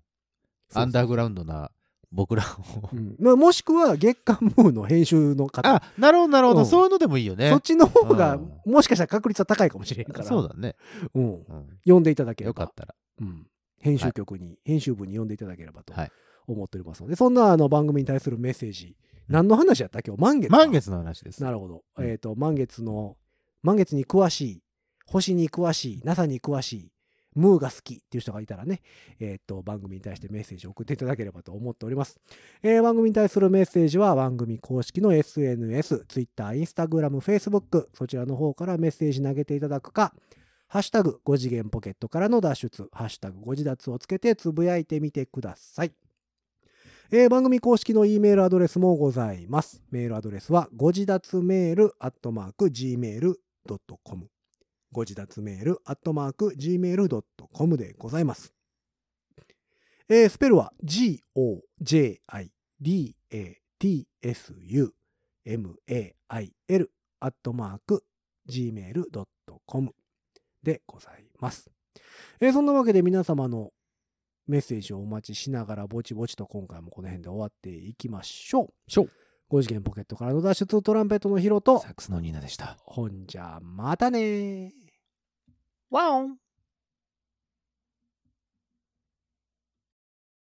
Speaker 3: アン
Speaker 2: ー
Speaker 3: ダーグラウンドな僕ら を。
Speaker 2: うんまあ、もしくは月刊ムーの編集の方
Speaker 3: あ、なるほど、なるほ
Speaker 2: う
Speaker 3: ど。
Speaker 2: ん
Speaker 3: そういうのでもいいよ
Speaker 2: そ
Speaker 3: ね
Speaker 2: っ。ちの方が
Speaker 3: うん
Speaker 2: もしかしたら確率は高いかもしれんから
Speaker 3: そうだね。
Speaker 2: うん、
Speaker 3: うん
Speaker 2: 読んでいただけれ
Speaker 3: よ
Speaker 2: ば
Speaker 3: かったら。
Speaker 2: うん、編集局に、編集部に呼んでいただければと
Speaker 3: はい
Speaker 2: 思っておりますので、そんなあの番組に対するメッセージ、
Speaker 3: うん
Speaker 2: 何の話やった今日満月か
Speaker 3: 満月の話です。
Speaker 2: なるほど、
Speaker 3: うん
Speaker 2: えっ、と満月の満月に詳しい星に詳しい NASA に詳しいムーが好きっていう人がいたらね、えっ、と、番組に対してメッセージを送っていただければと思っております。えー番組に対するメッセージは番組公式の SNS、Twitter、Instagram、Facebook、そちらの方からメッセージ投げていただくか、ハッシュタグ5次元ポケットからの脱出、ハッシュタグ5次脱をつけてつぶやいてみてください。えー番組公式の E メールアドレスもございます。メールアドレスは、ご自立メールアットマーク Gmail.com。ご自立メールアットマーク Gmail.com でございます。えースペルは g-o-j-i-d-a-t-s-u-m-a-i-l アットマーク gmail.com でございます。えーそんなわけで皆様のメッセージをお待ちしながらぼちぼちと今回もこの辺で終わっていきましょう。
Speaker 3: しょう
Speaker 2: 5次元ポケットからの脱出トランペットのヒロと
Speaker 3: サックスのニーナでした。
Speaker 2: ほんじゃまたねー。
Speaker 3: ワオン